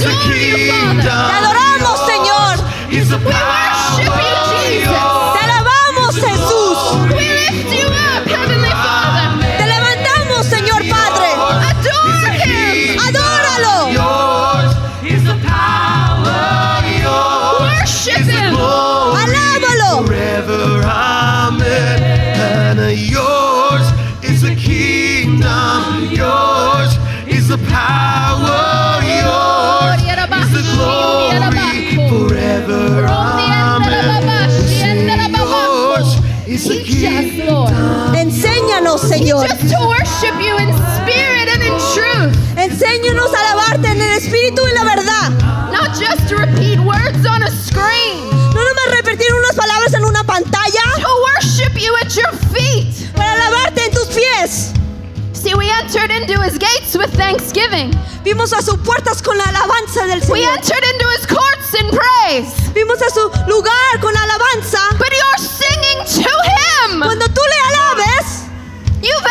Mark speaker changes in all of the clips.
Speaker 1: Te adoramos, Señor. Te alabamos, Jesús.
Speaker 2: We lift you up, Heavenly Father.
Speaker 1: Te levantamos, Señor Padre.
Speaker 2: Adore Him.
Speaker 1: Adóralo.
Speaker 2: Worship Him.
Speaker 1: Alábalo.
Speaker 3: Forever, amen. And yours is the kingdom, yours is the power, yours is the glory. Forever, amen. Yours is the
Speaker 2: Teach us, Lord.
Speaker 1: Enséñanos, Señor.
Speaker 2: Just to worship you in spirit and in truth.
Speaker 1: Enséñanos a alabarte en el espíritu y la verdad.
Speaker 2: Not just to repeat words on a screen.
Speaker 1: No nomás repetir unas palabras en una pantalla.
Speaker 2: To worship you at your feet.
Speaker 1: Para alabarte en tus pies.
Speaker 2: See, we entered into his gates with thanksgiving.
Speaker 1: Vimos a sus puertas con la alabanza del
Speaker 2: We
Speaker 1: Señor.
Speaker 2: entered into his courts in praise.
Speaker 1: Vimos a su lugar con alabanza.
Speaker 2: But you're singing to him.
Speaker 1: Cuando tú le alabes,
Speaker 2: You've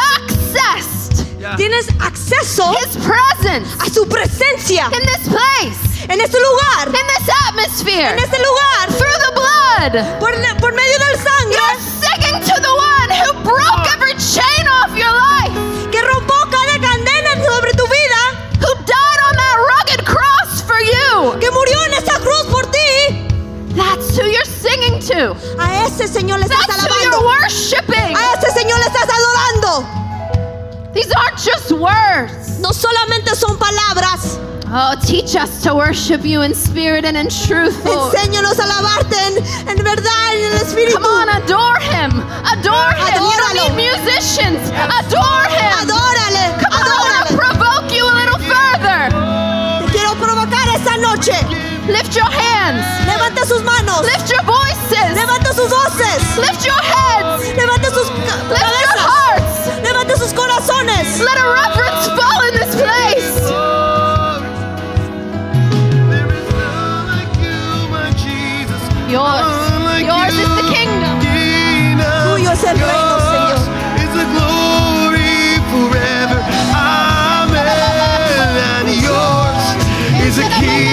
Speaker 2: accessed
Speaker 1: tienes acceso
Speaker 2: his presence
Speaker 1: a su presencia
Speaker 2: in this place,
Speaker 1: en este lugar.
Speaker 2: in this atmosphere,
Speaker 1: En este lugar.
Speaker 2: through the blood.
Speaker 1: Por, por medio del
Speaker 2: You're
Speaker 1: sangre
Speaker 2: singing to the one who broke every chain off your life,
Speaker 1: que rompió Oh, cada cadena sobre tu vida.
Speaker 2: who died on that rugged cross for you.
Speaker 1: Que murió en esa cruz por ti.
Speaker 2: That's who you're singing to.
Speaker 1: A ese Señor le estás
Speaker 2: That's who you're
Speaker 1: alabando.
Speaker 2: worshiping.
Speaker 1: A ese Señor le estás adorando.
Speaker 2: These aren't just words.
Speaker 1: No solamente son palabras.
Speaker 2: Oh, teach us to worship you in spirit and in truth, Lord.
Speaker 1: Enséñanos a alabarte en, en verdad, en el espíritu.
Speaker 2: Oh. Come on, adore him. Adore him. You
Speaker 1: Adóralo.
Speaker 2: don't need musicians. Adore him.
Speaker 1: Adórale,
Speaker 2: Come on, I want to
Speaker 1: adórale.
Speaker 2: provoke you a little further.
Speaker 1: Te quiero provocar esta noche.
Speaker 2: Lift your hands.
Speaker 1: Levanta sus manos.
Speaker 2: Lift your voices.
Speaker 1: Levanta sus voces.
Speaker 2: Lift your heads.
Speaker 1: Levanta sus ca-
Speaker 2: Lift your
Speaker 1: cabezas.
Speaker 2: hearts.
Speaker 1: Levanta sus corazones.
Speaker 2: Let a reverence fall in this place. Yours, yours is the kingdom.
Speaker 1: Tuyo es el reino, Señor.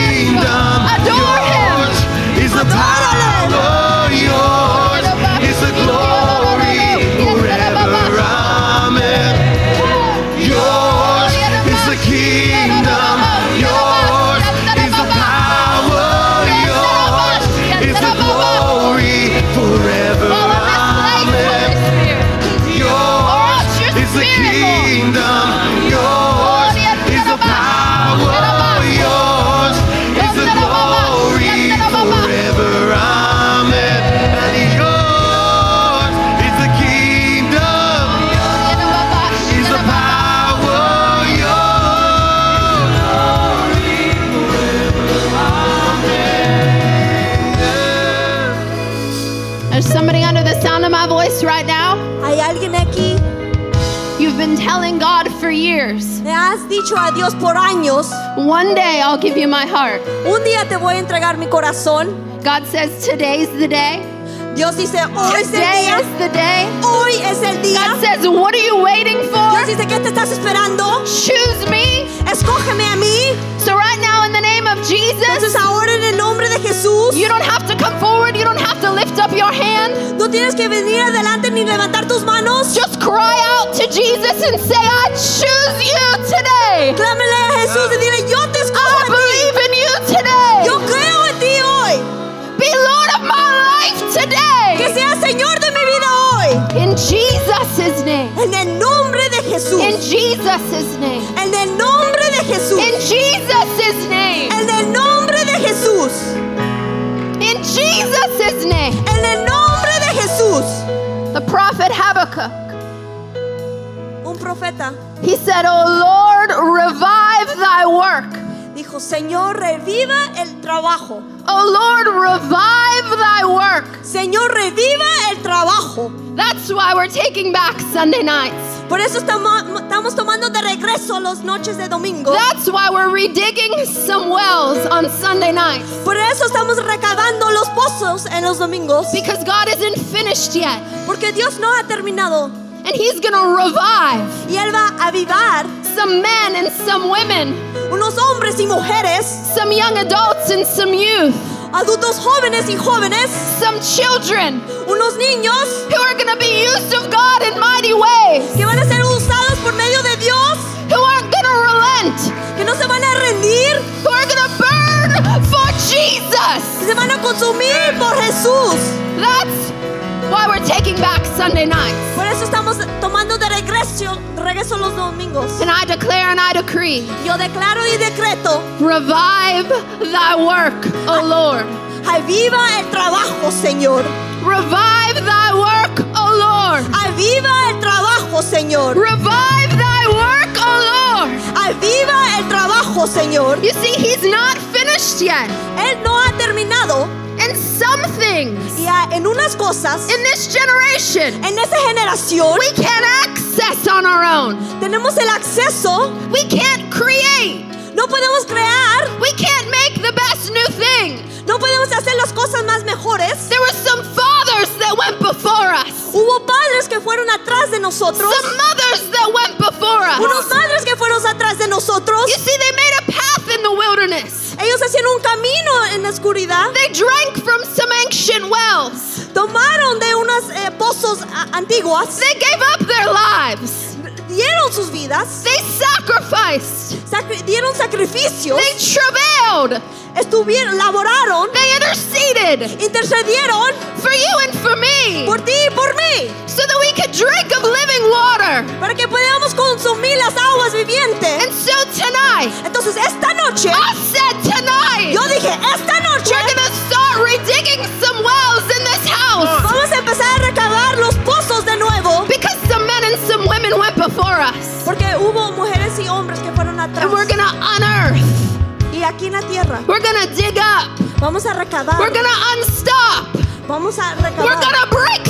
Speaker 2: Adore him.
Speaker 3: Power yours is the glory forever. Amen. Yours is the kingdom. Yours is the power. Yours is the glory forever.
Speaker 2: Fall in this place, Holy Spirit.
Speaker 3: Amen. Yours is the kingdom. Yours is the power. Yours is the glory forever. Amen. And yours is the kingdom is the power yours.
Speaker 2: There's somebody under the sound of my voice right now.
Speaker 1: Hay alguien aquí,
Speaker 2: You've been telling God for years.
Speaker 1: le has dicho a Dios por años,
Speaker 2: One day I'll give you my heart.
Speaker 1: un día te voy a entregar mi corazón.
Speaker 2: God says today's the day.
Speaker 1: Dios dice, hoy es el
Speaker 2: Today is
Speaker 1: día,
Speaker 2: the day.
Speaker 1: hoy es el
Speaker 2: God
Speaker 1: día.
Speaker 2: says, what are you waiting
Speaker 1: Dios
Speaker 2: for?
Speaker 1: dice, ¿qué te estás esperando?
Speaker 2: Choose me.
Speaker 1: Escógeme a mí.
Speaker 2: So right now in the name of Jesus,
Speaker 1: Entonces ahora en el nombre de Jesús,
Speaker 2: you don't have to come forward. You don't have to lift up your hand.
Speaker 1: no tienes que venir adelante ni levantar tus manos.
Speaker 2: Just cry out to Jesus and say, I choose you today.
Speaker 1: Clámele a Jesús y dile, yo te escojo
Speaker 2: I
Speaker 1: a ti.
Speaker 2: believe in you today.
Speaker 1: Yo creo en ti hoy.
Speaker 2: Be Lord of my life
Speaker 1: Que
Speaker 2: today.
Speaker 1: seas Señor de mi vida hoy.
Speaker 2: In Jesus' name.
Speaker 1: En el nombre de Jesús.
Speaker 2: In Jesus' name.
Speaker 1: En el nombre de Jesús.
Speaker 2: In Jesus' name.
Speaker 1: En el nombre de Jesús.
Speaker 2: In Jesus' name.
Speaker 1: En el nombre de Jesús.
Speaker 2: The prophet Habakkuk,
Speaker 1: Un profeta
Speaker 2: he said, Oh Lord, revive thy work.
Speaker 1: dijo, Señor, reviva el trabajo.
Speaker 2: Oh Lord, revive thy work.
Speaker 1: Señor, reviva el trabajo.
Speaker 2: That's why we're taking back Sunday nights.
Speaker 1: Por eso estamos, estamos tomando de regreso las noches de domingo.
Speaker 2: That's why we're redigging some wells on Sunday nights.
Speaker 1: Por eso estamos recabando los pozos en los domingos.
Speaker 2: Because God isn't finished yet.
Speaker 1: Porque Dios no ha terminado.
Speaker 2: and He's going to revive
Speaker 1: Y Él va a avivar
Speaker 2: some men and some women,
Speaker 1: unos hombres y mujeres,
Speaker 2: some young adults and some youth,
Speaker 1: adultos jóvenes y jóvenes,
Speaker 2: some children
Speaker 1: unos niños
Speaker 2: who are going to be used of God in mighty ways,
Speaker 1: que van a ser usados por medio de Dios,
Speaker 2: who aren't going to relent,
Speaker 1: que no se van a rendir,
Speaker 2: who are going to burn for Jesus.
Speaker 1: que se van a consumir por Jesús.
Speaker 2: That's why we're taking back Sunday nights.
Speaker 1: Por eso estamos tomando de regreso, regreso los domingos.
Speaker 2: And I declare and I decree,
Speaker 1: Yo declaro y decreto,
Speaker 2: revive thy work, O Lord.
Speaker 1: aviva el trabajo, Señor.
Speaker 2: Revive thy work, O Lord.
Speaker 1: Aviva el trabajo, Señor.
Speaker 2: Revive thy work, O Lord.
Speaker 1: Aviva el trabajo, Señor.
Speaker 2: You see, he's not finished yet.
Speaker 1: Él no ha terminado
Speaker 2: And some things
Speaker 1: y ah, en unas cosas,
Speaker 2: in this generation
Speaker 1: en esa generación,
Speaker 2: we can't access on our own.
Speaker 1: tenemos el acceso,
Speaker 2: We can't create.
Speaker 1: no podemos crear,
Speaker 2: We can't make the best new thing.
Speaker 1: no podemos hacer las cosas más mejores.
Speaker 2: There were some fathers that went before us,
Speaker 1: Hubo padres que fueron atrás de nosotros,
Speaker 2: some mothers that went before
Speaker 1: unos
Speaker 2: us.
Speaker 1: padres que fueron atrás de nosotros.
Speaker 2: You see, they made a path in the wilderness.
Speaker 1: Ellos hacían un camino en la oscuridad,
Speaker 2: They drank from some ancient wells.
Speaker 1: tomaron de unas eh, pozos a- antiguas,
Speaker 2: They gave up their lives.
Speaker 1: dieron sus vidas,
Speaker 2: They sacrificed.
Speaker 1: sacri- dieron sacrificios,
Speaker 2: They travailed.
Speaker 1: estuvieron, laboraron,
Speaker 2: They interceded
Speaker 1: intercedieron
Speaker 2: for you and for me
Speaker 1: por ti y por mí,
Speaker 2: so that we could drink of living water.
Speaker 1: para que podamos consumir las aguas
Speaker 2: And
Speaker 1: vivientes.
Speaker 2: so tonight,
Speaker 1: Entonces, esta noche,
Speaker 2: I said tonight,
Speaker 1: yo dije, esta noche
Speaker 2: we're going to start redigging some wells in this house
Speaker 1: vamos a empezar a recabar los pozos de nuevo,
Speaker 2: because some men and some women went before us.
Speaker 1: porque hubo mujeres y hombres que fueron atrás.
Speaker 2: And we're going to unearth.
Speaker 1: Y aquí en la tierra,
Speaker 2: We're going to dig up.
Speaker 1: vamos a recabar,
Speaker 2: We're going to unstop.
Speaker 1: vamos a
Speaker 2: We're
Speaker 1: recabar.
Speaker 2: gonna break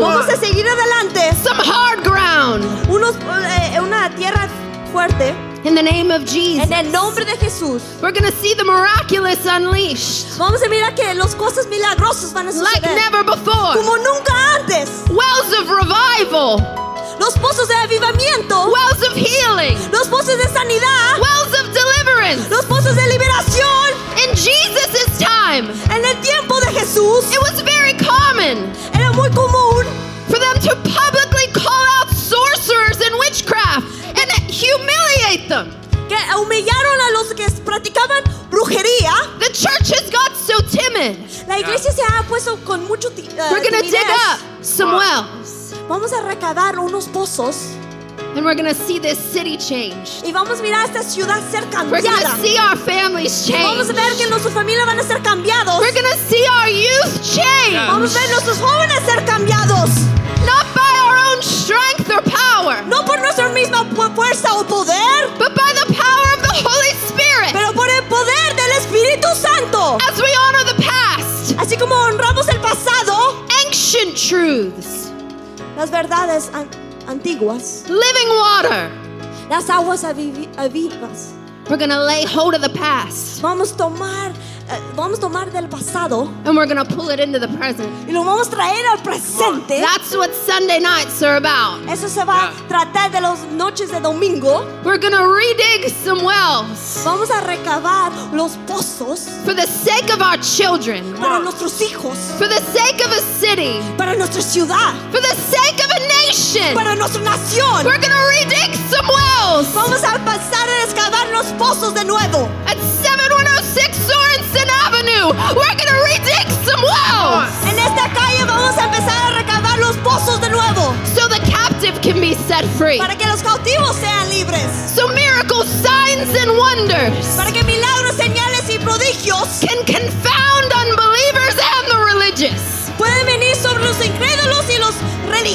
Speaker 1: Vamos
Speaker 2: through
Speaker 1: a seguir adelante.
Speaker 2: some hard ground
Speaker 1: Unos, eh, una tierra fuerte.
Speaker 2: in the name of Jesus.
Speaker 1: En el nombre de Jesús.
Speaker 2: We're gonna see the miraculous unleashed
Speaker 1: Vamos a mirar que las cosas milagrosas van a
Speaker 2: like
Speaker 1: suceder.
Speaker 2: never before.
Speaker 1: Como nunca antes.
Speaker 2: Wells of revival,
Speaker 1: Los pozos de avivamiento.
Speaker 2: wells of healing,
Speaker 1: Los pozos de sanidad.
Speaker 2: wells of deliverance.
Speaker 1: Los pozos de liberación.
Speaker 2: In Jesus' time,
Speaker 1: En el tiempo de Jesús.
Speaker 2: it was very common
Speaker 1: Era muy común
Speaker 2: for them to publicly call out sorcerers and witchcraft and humiliate them.
Speaker 1: que humillaron a los que practicaban brujería.
Speaker 2: The church has got so timid.
Speaker 1: La iglesia se ha puesto con mucho ti- eh,
Speaker 2: We're gonna dig
Speaker 1: timidez.
Speaker 2: up some wells.
Speaker 1: Vamos a recabar unos pozos
Speaker 2: And we're gonna see this city changed.
Speaker 1: y vamos a mirar esta ciudad ser
Speaker 2: We're
Speaker 1: cambiada.
Speaker 2: gonna see our families
Speaker 1: Vamos
Speaker 2: change.
Speaker 1: a ver que nuestras familias van a ser cambiados.
Speaker 2: We're gonna see our youth change.
Speaker 1: Vamos a ver nuestros jóvenes ser cambiados.
Speaker 2: Not by our own strength or power,
Speaker 1: No por nuestra misma pu- fuerza o poder,
Speaker 2: but by the power of the Holy Spirit.
Speaker 1: pero por el poder del Espíritu Santo.
Speaker 2: As we honor the past,
Speaker 1: Así como honramos el pasado,
Speaker 2: ancient truths,
Speaker 1: las verdades an- antiguas,
Speaker 2: living water.
Speaker 1: las aguas avivi- avivas.
Speaker 2: We're gonna lay hold of the past
Speaker 1: Vamos a tomar, eh, vamos a tomar del pasado
Speaker 2: and we're gonna pull it into the present.
Speaker 1: y lo vamos a traer al presente.
Speaker 2: That's what Sunday nights are about.
Speaker 1: Eso se va a tratar de las noches de domingo.
Speaker 2: We're gonna redig some wells
Speaker 1: Vamos a recabar los pozos
Speaker 2: for the sake of our children,
Speaker 1: para nuestros hijos.
Speaker 2: for the sake of a city,
Speaker 1: para nuestra ciudad,
Speaker 2: for the sake of a nation.
Speaker 1: para nuestra nación.
Speaker 2: We're gonna redig some wells
Speaker 1: Vamos a pasar a excavar los pozos de nuevo.
Speaker 2: at 7106 Sorensen Avenue. We're gonna redig some wells
Speaker 1: En esta calle vamos a empezar a recabar los pozos de nuevo
Speaker 2: so the captive can be set free.
Speaker 1: para que los cautivos sean libres,
Speaker 2: So miracles, signs, and wonders
Speaker 1: para que milagros, señales y prodigios
Speaker 2: can confound unbelievers and the religious.
Speaker 1: pueden venir sobre los incrédulos y los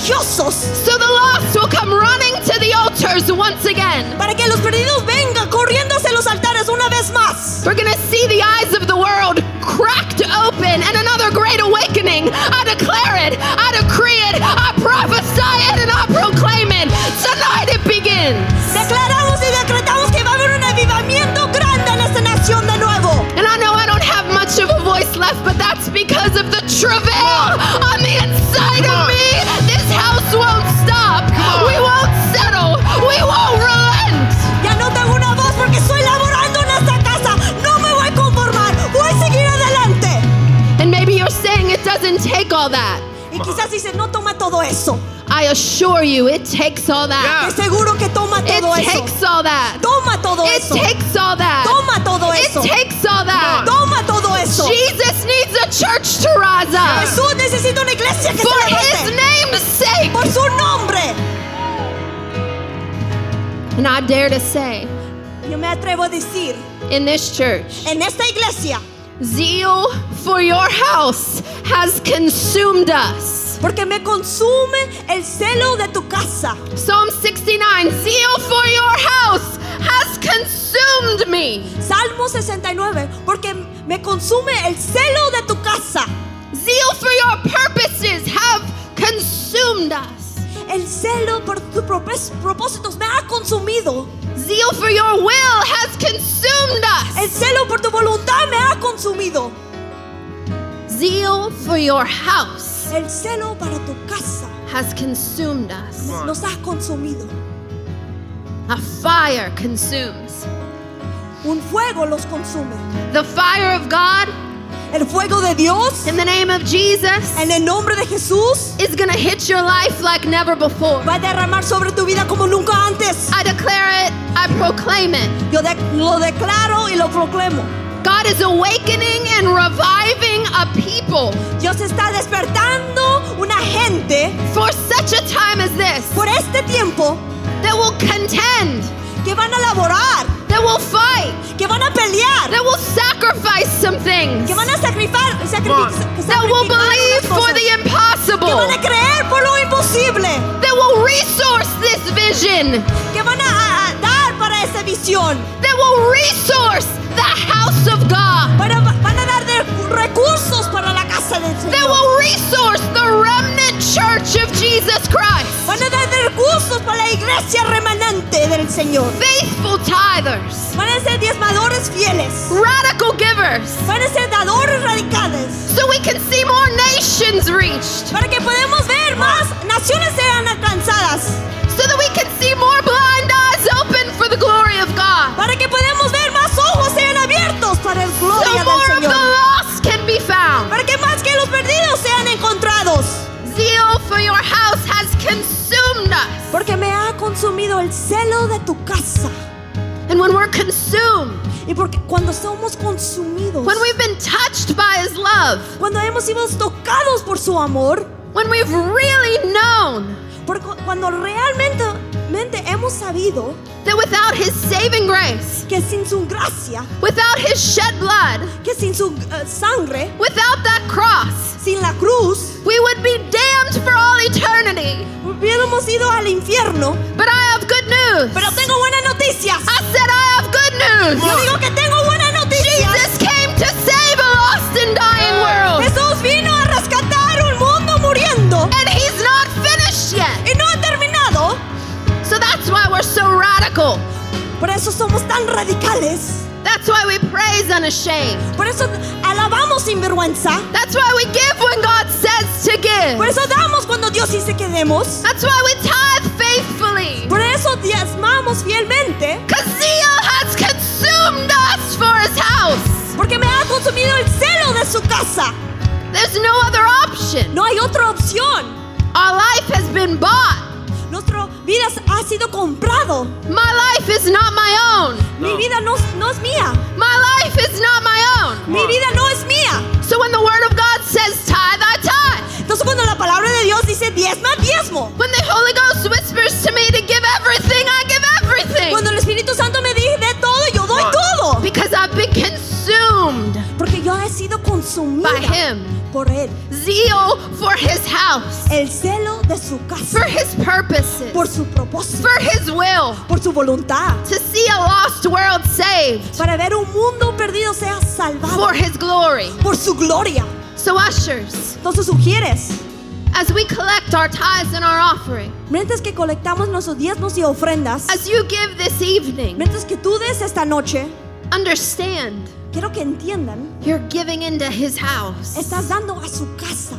Speaker 1: religiosos,
Speaker 2: So the lost will come running to the altars once again.
Speaker 1: para que los perdidos vengan corriendo hacia los altares una vez más.
Speaker 2: We're gonna see the eyes of the world cracked open and another great awakening. I declare it, I decree it, I prophesy it, and I proclaim it. Tonight it begins.
Speaker 1: Declaramos y decretamos que va a haber un avivamiento grande en esta nación de nuevo.
Speaker 2: And I know I don't have much of a voice left, but that's because of the travail on the inside of me. This house won't stop. doesn't take all that.
Speaker 1: Y quizás dice, no toma todo eso.
Speaker 2: I assure you, it takes all that.
Speaker 1: De seguro que toma todo
Speaker 2: Ah. It
Speaker 1: eso.
Speaker 2: takes all that.
Speaker 1: Toma todo
Speaker 2: It
Speaker 1: eso.
Speaker 2: takes all that.
Speaker 1: Toma todo
Speaker 2: It
Speaker 1: eso.
Speaker 2: takes all that.
Speaker 1: Toma todo eso.
Speaker 2: Jesus needs a church to rise up.
Speaker 1: Jesús necesita una iglesia que se
Speaker 2: For his
Speaker 1: levante.
Speaker 2: name's sake.
Speaker 1: Por su nombre.
Speaker 2: And I dare to say,
Speaker 1: Yo me atrevo a decir,
Speaker 2: in this church,
Speaker 1: en esta iglesia,
Speaker 2: zeal for your house has consumed us.
Speaker 1: porque me consume el celo de tu casa.
Speaker 2: Psalm 69 Zeal for your house has consumed me.
Speaker 1: Salmo 69, porque me consume el celo de tu casa.
Speaker 2: Zeal for your purposes have consumed us.
Speaker 1: El celo por tus propres- propósitos me ha consumido.
Speaker 2: Zeal for your will has consumed
Speaker 1: El
Speaker 2: us.
Speaker 1: celo por tu voluntad me ha consumido.
Speaker 2: Zeal for your house
Speaker 1: El celo para tu casa
Speaker 2: has consumed us.
Speaker 1: nos ha consumido.
Speaker 2: A fire consumes.
Speaker 1: Un fuego los consume.
Speaker 2: The fire of God
Speaker 1: El fuego de Dios,
Speaker 2: in the name of Jesus
Speaker 1: en el nombre de Jesús,
Speaker 2: is going to hit your life like never before.
Speaker 1: va a derramar sobre tu vida como nunca antes.
Speaker 2: I declare it, I proclaim it.
Speaker 1: Yo de- lo declaro y lo proclamo.
Speaker 2: God is awakening and reviving a people
Speaker 1: Dios está despertando una gente
Speaker 2: for such a time as this
Speaker 1: por este tiempo
Speaker 2: that will contend,
Speaker 1: que van a laborar,
Speaker 2: that will fight,
Speaker 1: que van a pelear,
Speaker 2: that will sacrifice some things,
Speaker 1: que van a sacrificar, sacrificar,
Speaker 2: that will believe for the
Speaker 1: que
Speaker 2: impossible,
Speaker 1: van a creer por lo imposible,
Speaker 2: that will resource this vision,
Speaker 1: que van a, a- a dar para esa visión,
Speaker 2: that will resource the house of God,
Speaker 1: para- van a dar de recursos para la casa del
Speaker 2: that
Speaker 1: Señor,
Speaker 2: will resource the remnant church of Jesus Christ.
Speaker 1: van a dar de recursos para la iglesia remanente del Señor,
Speaker 2: Faithful tithers,
Speaker 1: van a ser diezmadores fieles,
Speaker 2: radical givers.
Speaker 1: van a ser dadores radicales,
Speaker 2: so we can see more nations reached,
Speaker 1: para que podamos ver más naciones sean alcanzadas.
Speaker 2: so that we can see more blind eyes open for the glory of God,
Speaker 1: para que podamos ver más ojos sean abiertos para el
Speaker 2: so
Speaker 1: gloria
Speaker 2: more
Speaker 1: del
Speaker 2: of the
Speaker 1: Señor.
Speaker 2: lost can be found.
Speaker 1: Para que más que los perdidos sean encontrados.
Speaker 2: Zeal for your house has consumed us,
Speaker 1: Porque me ha consumido el celo de tu casa.
Speaker 2: and when we're consumed,
Speaker 1: Y porque cuando somos consumidos,
Speaker 2: when we've been touched by His love,
Speaker 1: cuando hemos sido tocados por su amor,
Speaker 2: when we've really known
Speaker 1: por cu- cuando realmente mente hemos sabido
Speaker 2: that without His saving grace,
Speaker 1: que sin su gracia,
Speaker 2: without His shed blood,
Speaker 1: que sin su eh, sangre,
Speaker 2: without that cross,
Speaker 1: sin la cruz,
Speaker 2: we would be damned for all eternity.
Speaker 1: hubiéramos ido al infierno.
Speaker 2: But I have good news.
Speaker 1: Pero tengo buenas noticias.
Speaker 2: I said I have good news.
Speaker 1: Yo digo que tengo buenas noticias.
Speaker 2: Jesus came to save a lost and dying world.
Speaker 1: Jesús vino a rescatar un mundo muriendo
Speaker 2: And he's not finished yet.
Speaker 1: y no ha terminado.
Speaker 2: So that's why we're so radical.
Speaker 1: Por eso somos tan radicales.
Speaker 2: That's why we praise unashamed.
Speaker 1: Por eso alabamos sin vergüenza.
Speaker 2: That's why we give when God says to
Speaker 1: Por
Speaker 2: give.
Speaker 1: eso damos cuando Dios dice que demos.
Speaker 2: That's why we tithe faithfully.
Speaker 1: Por eso diezmamos fielmente.
Speaker 2: Because zeal has consumed us for his house.
Speaker 1: Porque me ha consumido el celo de su casa.
Speaker 2: There's no other option.
Speaker 1: No hay otra opción.
Speaker 2: Our life has been bought.
Speaker 1: Nuestra vida ha sido comprado.
Speaker 2: My life is not my own.
Speaker 1: Mi vida no, no es mía.
Speaker 2: My life is not my own.
Speaker 1: Mi vida no es mía.
Speaker 2: So when the word of God says tithe, I tithe.
Speaker 1: Entonces cuando la palabra de Dios dice diezma, diezmo.
Speaker 2: When the Holy Ghost whispers to me to give everything, I give everything.
Speaker 1: Cuando el Espíritu Santo me dice de todo, yo doy todo.
Speaker 2: Because I've been consumed
Speaker 1: Porque yo he sido consumida
Speaker 2: by him.
Speaker 1: por él.
Speaker 2: Zeal for his house,
Speaker 1: El celo de su
Speaker 2: for
Speaker 1: casa,
Speaker 2: his purposes,
Speaker 1: por su propósito,
Speaker 2: for his will.
Speaker 1: por su voluntad,
Speaker 2: To see a lost world saved
Speaker 1: para ver un mundo perdido sea salvado
Speaker 2: for his glory.
Speaker 1: por su gloria.
Speaker 2: So, ushers,
Speaker 1: Entonces sugieres,
Speaker 2: as we collect our tithes and our offering,
Speaker 1: mientras que colectamos nuestros diezmos y ofrendas,
Speaker 2: as you give this evening,
Speaker 1: mientras que tú des esta noche,
Speaker 2: understand
Speaker 1: quiero que entiendan,
Speaker 2: you're giving into his house.
Speaker 1: estás dando a su casa,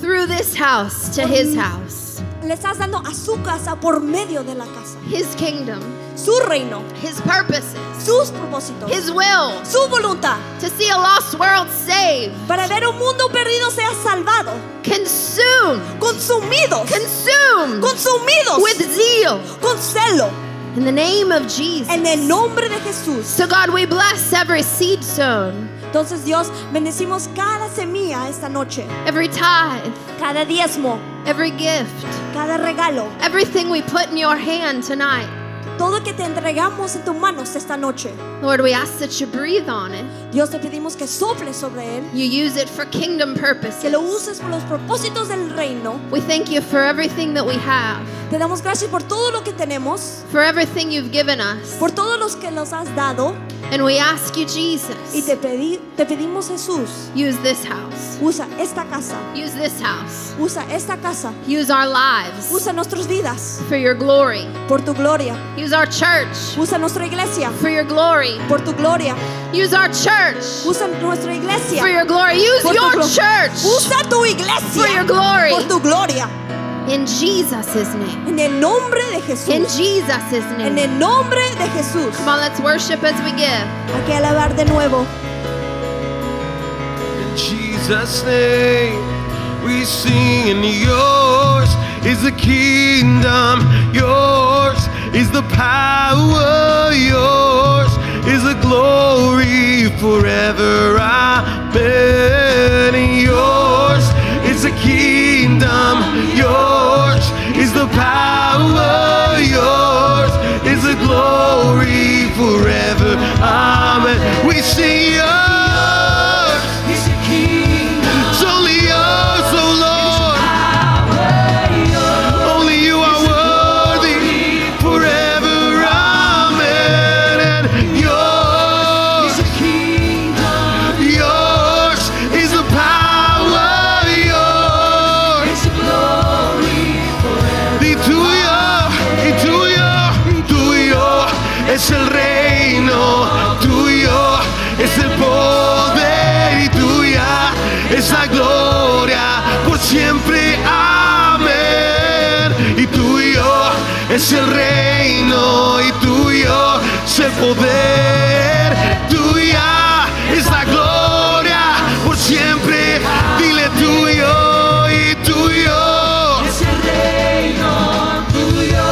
Speaker 2: Through this house to his house,
Speaker 1: le estás dando a su casa por medio de la casa,
Speaker 2: his kingdom.
Speaker 1: su reino,
Speaker 2: His purposes,
Speaker 1: sus propósitos,
Speaker 2: His will,
Speaker 1: su voluntad,
Speaker 2: to to see a lost world saved,
Speaker 1: para ver un mundo perdido sea salvado,
Speaker 2: consumed,
Speaker 1: consumidos,
Speaker 2: consumed
Speaker 1: consumidos
Speaker 2: with zeal
Speaker 1: con celo
Speaker 2: in the name of Jesus.
Speaker 1: en el nombre de Jesús.
Speaker 2: So, God, we bless every seed sown,
Speaker 1: Entonces Dios, bendecimos cada semilla esta noche,
Speaker 2: every tithe,
Speaker 1: cada diezmo,
Speaker 2: every gift,
Speaker 1: cada regalo,
Speaker 2: everything we put in your hand tonight.
Speaker 1: todo que te entregamos en tus manos esta noche.
Speaker 2: Lord, we ask that you breathe on it.
Speaker 1: Dios te pedimos que soples sobre él,
Speaker 2: You use it for kingdom
Speaker 1: que lo
Speaker 2: purposes.
Speaker 1: uses por los propósitos del reino.
Speaker 2: We thank you for everything that we have,
Speaker 1: Te damos gracias por todo lo que tenemos,
Speaker 2: for everything you've given us.
Speaker 1: por todos los que nos has dado
Speaker 2: And we ask you,
Speaker 1: y
Speaker 2: Jesus,
Speaker 1: te, pedí, te pedimos Jesús,
Speaker 2: use this house,
Speaker 1: usa esta casa,
Speaker 2: use this house,
Speaker 1: usa esta casa,
Speaker 2: use our lives
Speaker 1: usa nuestras vidas
Speaker 2: for your glory,
Speaker 1: por tu gloria,
Speaker 2: use our church
Speaker 1: usa nuestra iglesia
Speaker 2: for your glory,
Speaker 1: por tu gloria,
Speaker 2: use our church
Speaker 1: usa nuestra iglesia
Speaker 2: for your glory, use
Speaker 1: por tu
Speaker 2: your
Speaker 1: glo-
Speaker 2: church
Speaker 1: Usa tu
Speaker 2: for
Speaker 1: iglesia
Speaker 2: your glory.
Speaker 1: por tu gloria.
Speaker 2: In Jesus' name.
Speaker 1: En el nombre de
Speaker 2: In
Speaker 1: Jesús.
Speaker 2: Jesus'
Speaker 1: En
Speaker 2: name.
Speaker 1: el nombre de Jesús.
Speaker 2: Come on, let's worship as we give.
Speaker 1: Hay que alabar de nuevo.
Speaker 3: In Jesus' name, we sing, and yours is the kingdom, yours is the power, yours is the glory forever. Amen. And yours is the kingdom, yours is the power, yours is the glory forever. Amen. We sing yours. It's your kingdom. It's only yours, oh Lord. Only you are worthy forever. Amen. And yours is the kingdom. Yours is the power. Yours is the glory forever. tuyo, y tuyo, tuyo es el reino. Tuyo es el poder y tuya es la gloria por siempre. Amén. Y tuyo es el reino y tuyo es el poder. Tuya es la gloria por siempre. Dile tuyo y tuyo es el reino, tuyo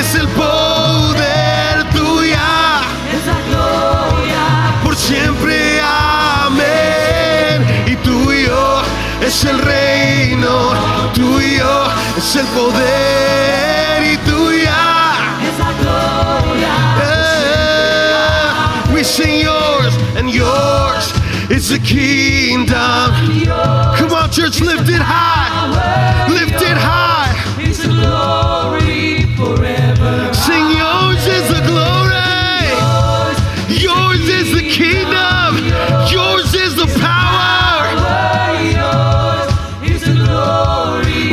Speaker 3: es el poder, tuya por siempre. Amén. Y tuyo es el reino, tuyo es el poder y tuya es la gloria. Eh, We sing yours and yours is the kingdom. Come on, church, lift it high, lift it high. Sing yours is the glory. Yours is the kingdom. Yours is the power.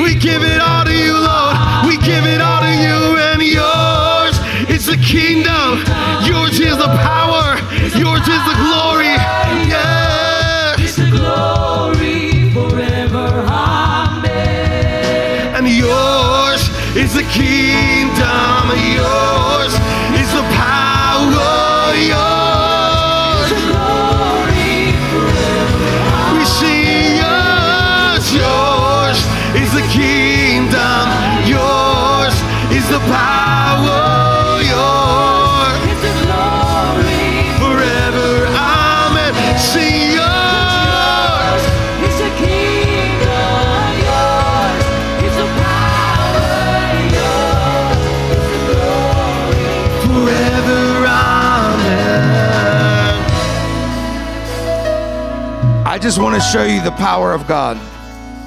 Speaker 3: We give it all to you, Lord. We give it all to you, and yours is the kingdom. Yours is the power. Yours is the glory. Yeah. and yours is the kingdom, yours is the power, yours. We see yours, yours is the kingdom, yours is the power, yours forever. Amen. See yours. forever. Amen.
Speaker 4: I just want to show you the power of God.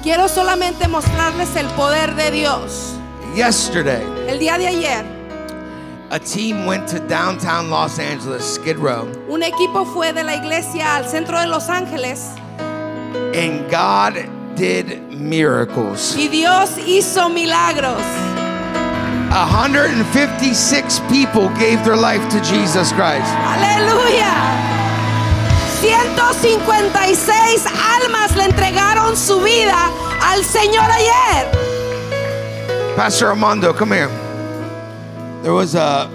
Speaker 5: Quiero solamente mostrarles el poder de Dios.
Speaker 4: Yesterday,
Speaker 5: El día de ayer,
Speaker 4: a team went to downtown Los Angeles, Skid Row,
Speaker 5: un equipo fue de la iglesia al centro de Los Ángeles
Speaker 4: and God did miracles.
Speaker 5: y Dios hizo milagros.
Speaker 4: 156 people gave their life to Jesus Christ.
Speaker 5: Aleluya. 156 almas le entregaron su vida al Señor ayer.
Speaker 4: Pastor Armando, come here. There was a.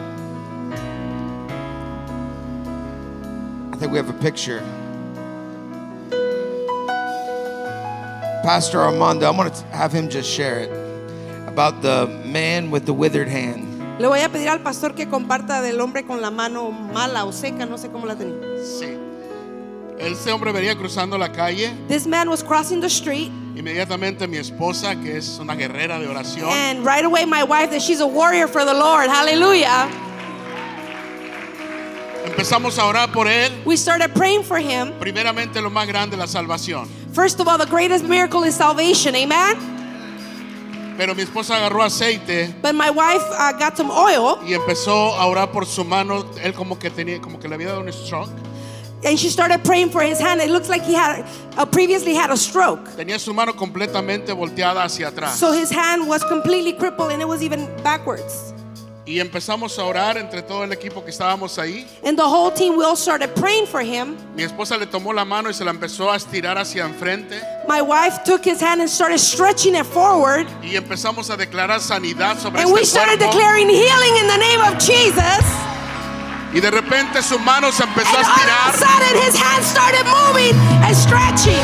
Speaker 4: I think we have a picture. Pastor Armando, I'm going to have him just share it about the man with the withered hand.
Speaker 5: Le voy a pedir al pastor que comparta del hombre con la mano mala o seca, no sé cómo la tenía.
Speaker 6: Sí. Ese hombre venía cruzando la calle.
Speaker 5: This man was crossing the street,
Speaker 6: Inmediatamente mi esposa, que es una guerrera de oración,
Speaker 5: and right away my wife, that she's a warrior for the Lord, hallelujah.
Speaker 6: empezamos a orar por él.
Speaker 5: We started praying for him.
Speaker 6: Primeramente lo más grande, la salvación.
Speaker 5: First of all, the greatest miracle is salvation, amen.
Speaker 6: Pero mi esposa agarró aceite
Speaker 5: But my wife uh, got some oil,
Speaker 6: y empezó a orar por su mano. Él como que tenía, como que le había dado un stroke.
Speaker 5: and she started praying for his hand. It looks like he had uh, previously had a stroke,
Speaker 6: Tenía su mano completamente volteada hacia atrás.
Speaker 5: so his hand was completely crippled, and it was even backwards.
Speaker 6: y empezamos a orar entre todo el equipo que estábamos ahí.
Speaker 5: And the whole team, we all started praying for him.
Speaker 6: Mi esposa le tomó la mano y se la empezó a estirar hacia enfrente.
Speaker 5: My wife took his hand and started stretching it forward.
Speaker 6: Y empezamos a declarar sanidad sobre
Speaker 5: And we
Speaker 6: este
Speaker 5: started
Speaker 6: cuerpo.
Speaker 5: declaring healing in the name of Jesus.
Speaker 6: Y de repente su mano se empezó a
Speaker 5: And all of a
Speaker 6: estirar.
Speaker 5: sudden, his hand started moving and stretching.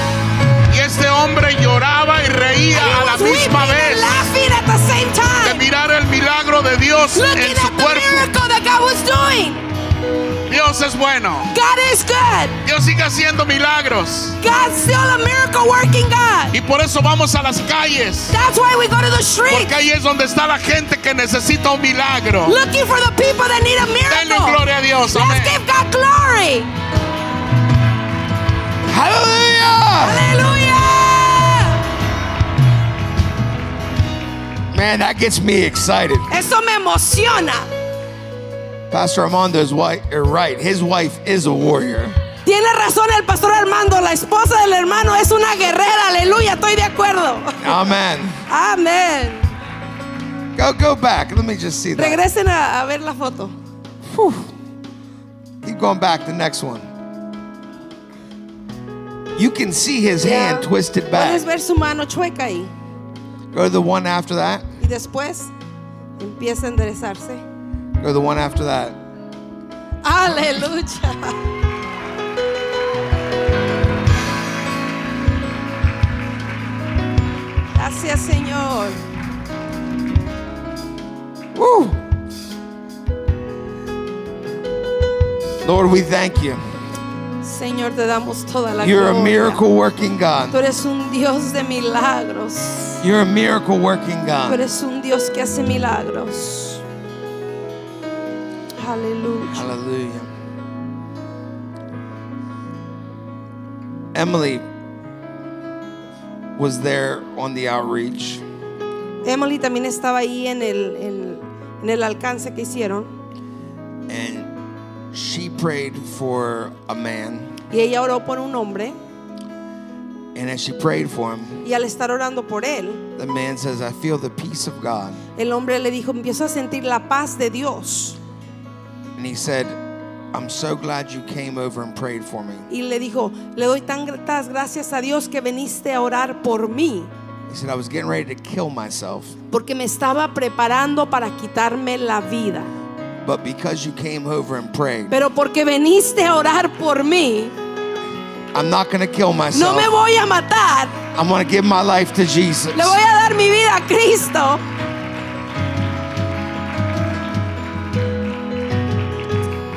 Speaker 6: Y este hombre lloraba y
Speaker 5: And
Speaker 6: reía
Speaker 5: he
Speaker 6: a la
Speaker 5: was weeping
Speaker 6: misma
Speaker 5: and
Speaker 6: vez
Speaker 5: laughing at the same
Speaker 6: de
Speaker 5: time,
Speaker 6: mirar el milagro de Dios
Speaker 5: looking
Speaker 6: en
Speaker 5: at
Speaker 6: su
Speaker 5: the
Speaker 6: cuerpo.
Speaker 5: miracle that God was doing.
Speaker 6: Dios es bueno.
Speaker 5: God is good.
Speaker 6: Dios sigue haciendo milagros.
Speaker 5: God's still a miracle working God.
Speaker 6: Y por eso vamos a las calles.
Speaker 5: That's why we go to the
Speaker 6: Porque
Speaker 5: street
Speaker 6: ahí es donde está la gente que necesita un milagro.
Speaker 5: looking for the people that need a
Speaker 6: Denle
Speaker 5: miracle.
Speaker 6: gloria a Dios.
Speaker 5: Let's
Speaker 6: Amén.
Speaker 5: give God glory.
Speaker 4: Hallelujah!
Speaker 5: Aleluya.
Speaker 4: Man, that gets me excited.
Speaker 5: Eso me emociona.
Speaker 4: Pastor Armando is white, er, right. His wife is a warrior.
Speaker 5: Tiene razón el pastor Armando, la esposa del hermano es una guerrera, aleluya, estoy de acuerdo.
Speaker 4: Amen.
Speaker 5: Amén.
Speaker 4: Go, go back. Let me just see that.
Speaker 5: Regresen a, a ver la foto.
Speaker 4: Keep going back. The next one. You can see his hand twisted back.
Speaker 5: Puedes ver su mano chueca ahí.
Speaker 4: Go to the one after that.
Speaker 5: Y después empieza a enderezarse.
Speaker 4: Go to the one after that.
Speaker 5: Aleluya. Gracias Señor.
Speaker 4: Woo! Lord, we thank you.
Speaker 5: Señor, te damos toda la
Speaker 4: You're a
Speaker 5: gloria.
Speaker 4: miracle working
Speaker 5: Tú
Speaker 4: God.
Speaker 5: eres un Dios de milagros.
Speaker 4: You're a miracle working
Speaker 5: Tú
Speaker 4: God.
Speaker 5: eres un Dios que hace milagros. Aleluya.
Speaker 4: Hallelujah. Emily was there on the outreach.
Speaker 5: Emily también estaba ahí en el, en, en el alcance que hicieron
Speaker 4: and she prayed for a man
Speaker 5: y ella oró por un hombre
Speaker 4: and as she prayed for him
Speaker 5: y al estar orando por él,
Speaker 4: the man says i feel the peace of god
Speaker 5: el hombre le dijo, empiezo a sentir la paz de Dios.
Speaker 4: and he said i'm so glad you came over and prayed for me
Speaker 5: Y le dijo, le doy tantas gracias a Dios que viniste a orar por mí,
Speaker 4: he said i was getting ready to kill myself
Speaker 5: porque me estaba preparando para quitarme la vida.
Speaker 4: but because you came over and prayed
Speaker 5: Pero porque viniste a orar por mí,
Speaker 4: i'm not going to kill
Speaker 5: no
Speaker 4: myself
Speaker 5: me voy a matar.
Speaker 4: i'm going to give my life to jesus
Speaker 5: Le voy a dar mi vida a Cristo.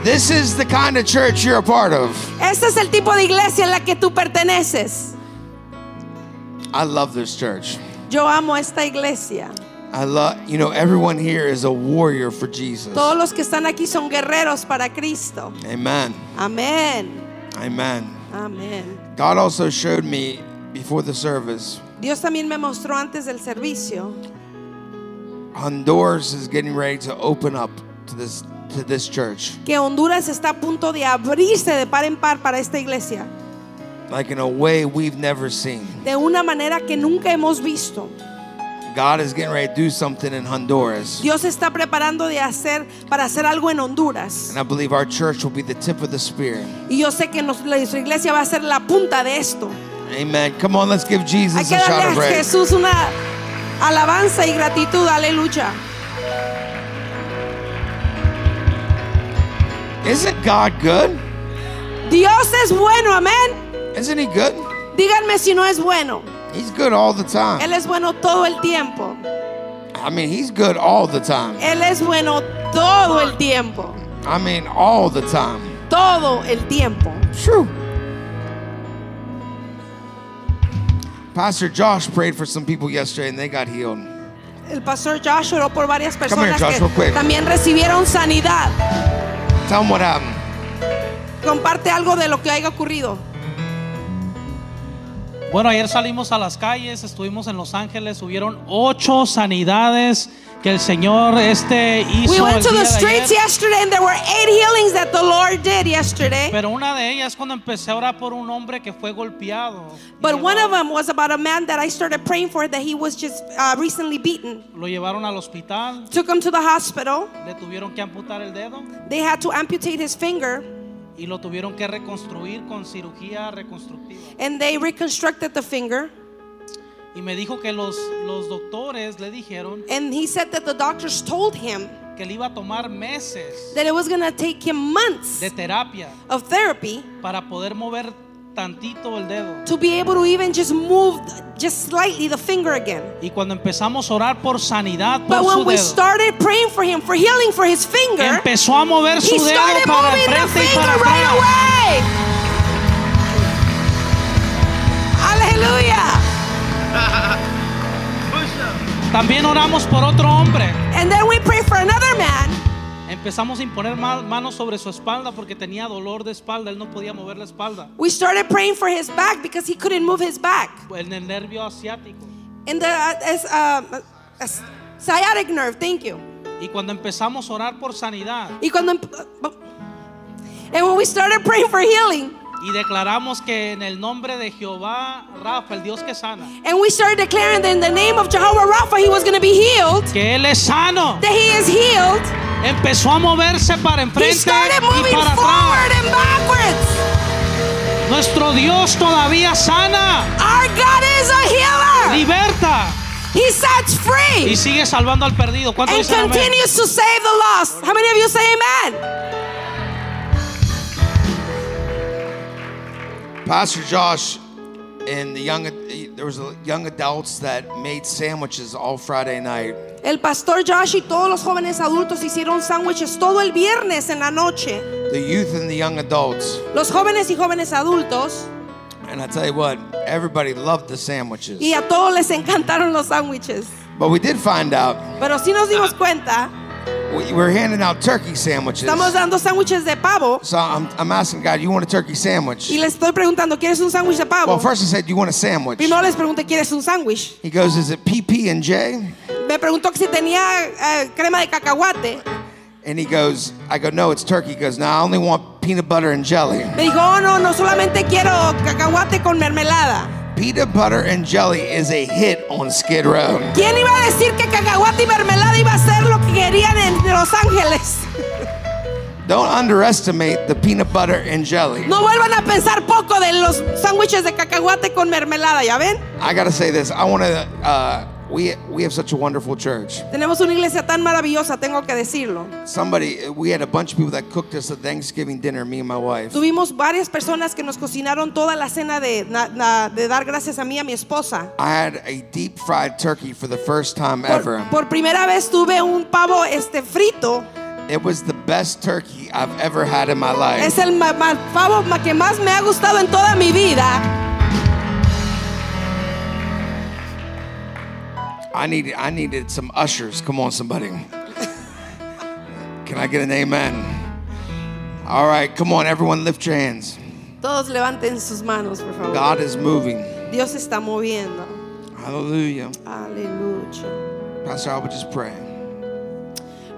Speaker 4: this is the kind of church you're a part of
Speaker 5: Este es el tipo de iglesia en la que tú perteneces.
Speaker 4: i love this church
Speaker 5: Yo amo esta iglesia.
Speaker 4: i love you know everyone here is a warrior for jesus
Speaker 5: Todos los que están aquí son guerreros para Cristo.
Speaker 4: amen
Speaker 5: Amén.
Speaker 4: amen
Speaker 5: Amén.
Speaker 4: God also showed me before the service,
Speaker 5: Dios también me mostró antes del servicio
Speaker 4: Honduras is getting ready to open up to this to this church
Speaker 5: que Honduras está a punto de abrirse de par en par para esta iglesia,
Speaker 4: like in a way we've never seen.
Speaker 5: de una manera que nunca hemos visto.
Speaker 4: God is getting ready to do something in Honduras.
Speaker 5: Dios está preparando de hacer para hacer algo en Honduras.
Speaker 4: And I believe our church will be the tip of the spear.
Speaker 5: Y yo sé que nos- nuestra iglesia va a ser la punta de esto.
Speaker 4: Amen. Come on, let's give
Speaker 5: Hay
Speaker 4: Jesus
Speaker 5: que
Speaker 4: a shout of
Speaker 5: darle a
Speaker 4: praise.
Speaker 5: Jesús una alabanza y gratitud, aleluya.
Speaker 4: Isn't God good?
Speaker 5: Dios es bueno, amén.
Speaker 4: Isn't he good?
Speaker 5: Díganme si no es bueno.
Speaker 4: He's good all the time.
Speaker 5: Él es bueno todo el tiempo.
Speaker 4: I mean, he's good all the time.
Speaker 5: Él es bueno todo el tiempo.
Speaker 4: I mean, all the time.
Speaker 5: Todo el tiempo.
Speaker 4: True. Pastor Josh prayed for some people yesterday and they got healed.
Speaker 5: El pastor Josh oró por varias
Speaker 4: Come here,
Speaker 5: personas
Speaker 4: Josh, real
Speaker 5: que
Speaker 4: quick.
Speaker 5: también recibieron sanidad.
Speaker 4: Tell them what happened.
Speaker 5: Comparte algo de lo que haya ocurrido.
Speaker 7: Bueno, ayer salimos a las calles, estuvimos en Los Ángeles, hubieron ocho sanidades que el Señor este hizo.
Speaker 5: We
Speaker 7: el
Speaker 5: went to
Speaker 7: día
Speaker 5: the
Speaker 7: de ayer.
Speaker 5: streets yesterday and there were eight healings that the Lord did yesterday.
Speaker 7: Pero una de ellas cuando empecé a orar por un hombre que fue golpeado.
Speaker 5: But
Speaker 7: Llegó-
Speaker 5: one of them was about a man that I started praying for that he was just uh, recently beaten.
Speaker 7: Lo llevaron al hospital,
Speaker 5: Took him to the hospital.
Speaker 7: le tuvieron que amputar el dedo
Speaker 5: They had to amputate his finger
Speaker 7: y lo tuvieron que reconstruir con cirugía reconstructiva.
Speaker 5: and they reconstructed the finger.
Speaker 7: Y me dijo que los, los doctores le dijeron
Speaker 5: And he said that the doctors told him
Speaker 7: que le iba a tomar meses
Speaker 5: that it was going to take him months
Speaker 7: de terapia
Speaker 5: of therapy
Speaker 7: para poder mover tantito el dedo.
Speaker 5: to be able to even just move just slightly the finger again.
Speaker 7: Y cuando empezamos a orar por sanidad por
Speaker 5: But
Speaker 7: su
Speaker 5: when we
Speaker 7: dedo,
Speaker 5: started praying for him, for healing for his finger,
Speaker 7: empezó a mover
Speaker 5: he
Speaker 7: su dedo
Speaker 5: started
Speaker 7: para
Speaker 5: moving the
Speaker 7: enfrente y para
Speaker 5: finger right
Speaker 7: atrás.
Speaker 5: away. Hallelujah.
Speaker 7: También oramos por otro hombre.
Speaker 5: And then we pray for another man.
Speaker 7: Empezamos a imponer ma- manos sobre su espalda porque tenía dolor de espalda, él no podía mover la espalda,
Speaker 5: We started praying for his back because he couldn't move his back.
Speaker 7: en el nervio asiático.
Speaker 5: In the uh, as, uh, as- sciatic nerve, thank you.
Speaker 7: Y cuando empezamos a orar por sanidad
Speaker 5: Y cuando emp- and when we started praying for healing,
Speaker 7: y declaramos que en el nombre de Jehová Rafa, el Dios que sana,
Speaker 5: and we started declaring that in the name of Jehovah Rapha he was going to be healed,
Speaker 7: que él es sano,
Speaker 5: that he is healed,
Speaker 7: empezó a moverse para
Speaker 5: he
Speaker 7: enfrente
Speaker 5: started
Speaker 7: y
Speaker 5: moving
Speaker 7: para
Speaker 5: forward
Speaker 7: atrás.
Speaker 5: and backwards.
Speaker 7: Nuestro Dios todavía sana,
Speaker 5: Our God is a healer.
Speaker 7: liberta
Speaker 5: He sets
Speaker 7: y
Speaker 5: free
Speaker 7: sigue salvando al perdido. ¿Cuántos
Speaker 5: and
Speaker 7: dicen amén?
Speaker 5: continues to save the lost. How many of you say amen?
Speaker 4: Pastor Josh and the young, there was a- young adults that made sandwiches all Friday night.
Speaker 5: El pastor Josh y todos los jóvenes adultos hicieron sándwiches todo el viernes en la noche.
Speaker 4: The youth and the young adults.
Speaker 5: Los jóvenes y jóvenes adultos
Speaker 4: And I tell you what, everybody loved the sandwiches.
Speaker 5: y a todos les encantaron los sándwiches.
Speaker 4: But we did find out
Speaker 5: Pero sí nos dimos cuenta,
Speaker 4: we were handing out turkey sandwiches.
Speaker 5: estamos dando sándwiches de pavo
Speaker 4: So I'm, I'm asking God, you want a turkey sandwich?
Speaker 5: y les estoy preguntando, ¿quieres un sándwich de
Speaker 4: Well,
Speaker 5: pavo?
Speaker 4: first I said, you want a sandwich?
Speaker 5: Primero les pregunté, ¿quieres un sándwich?
Speaker 4: He goes, is it PP and J?
Speaker 5: Me preguntó que si tenía eh, crema de cacahuate.
Speaker 4: And he goes, I go, no, it's turkey. He goes, no, I only want peanut butter and jelly.
Speaker 5: Me dijo, oh, no, no solamente quiero cacahuate con mermelada.
Speaker 4: Peanut butter and jelly is a hit on Skid Row.
Speaker 5: ¿Quién iba a decir que cacahuate y mermelada iba a ser lo que querían en Los Ángeles?
Speaker 4: Don't underestimate the peanut butter and jelly.
Speaker 5: No vuelvan a pensar poco de los sándwiches de cacahuate con mermelada, ¿ya ven?
Speaker 4: I gotta say this. I want to. Uh, we we have such a wonderful church.
Speaker 5: Tenemos una iglesia tan maravillosa, tengo que decirlo.
Speaker 4: Somebody, we had a bunch of people that cooked us a Thanksgiving dinner. Me and my wife.
Speaker 5: Tuvimos varias personas que nos cocinaron toda la cena de, na- na- de dar gracias a mí y a mi esposa.
Speaker 4: I had a deep fried turkey for the first time ever.
Speaker 5: Por, por primera vez tuve un pavo este frito.
Speaker 4: It was the best turkey I've ever had in my life.
Speaker 5: Es el ma- ma- pavo ma- que más me ha gustado en toda mi vida.
Speaker 4: I needed I needed some ushers. Come on, somebody. Can I get an amen? All right, come on, everyone, lift your hands.
Speaker 5: Todos levanten sus manos, por favor.
Speaker 4: God is moving.
Speaker 5: Dios se está moviendo.
Speaker 4: Hallelujah.
Speaker 5: Aleluya.
Speaker 4: Pastor, I would just pray.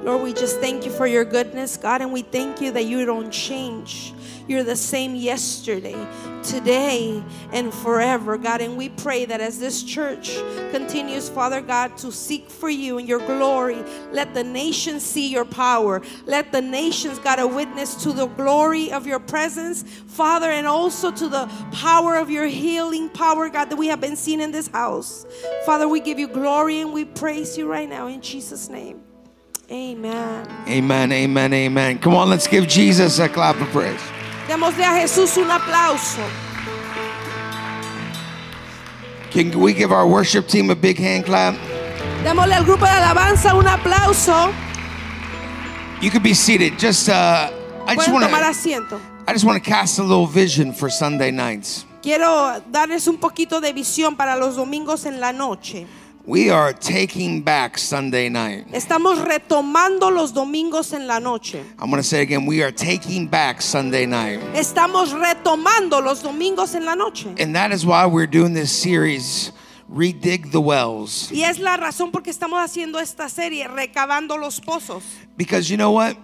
Speaker 5: Lord, we just thank you for your goodness, God, and we thank you that you don't change. You're the same yesterday, today, and forever, God. And we pray that as this church continues, Father God, to seek for you and your glory, let the nations see your power. Let the nations, God, a witness to the glory of your presence, Father, and also to the power of your healing power, God, that we have been seen in this house. Father, we give you glory and we praise you right now in Jesus' name. Amen.
Speaker 4: Amen, amen, amen. Come on, let's give Jesus a clap of praise.
Speaker 5: Démosle a Jesús un aplauso.
Speaker 4: Can we give our worship team a big hand clap?
Speaker 5: Démosle al grupo de alabanza un aplauso.
Speaker 4: You could be seated. Just, uh, I just
Speaker 5: Pueden
Speaker 4: want
Speaker 5: tomar
Speaker 4: to,
Speaker 5: asiento.
Speaker 4: I just want to cast a little vision for Sunday nights.
Speaker 5: Quiero darles un poquito de visión para los domingos en la noche.
Speaker 4: We are taking back Sunday night.
Speaker 5: Estamos retomando los domingos en la noche.
Speaker 4: I'm going to say again, we are taking back Sunday night.
Speaker 5: Estamos retomando los domingos en la noche.
Speaker 4: And that is why we're doing this series, Redig the Wells.
Speaker 5: Y es la razón por qué estamos haciendo esta serie, recabando los pozos.
Speaker 4: Because you know what?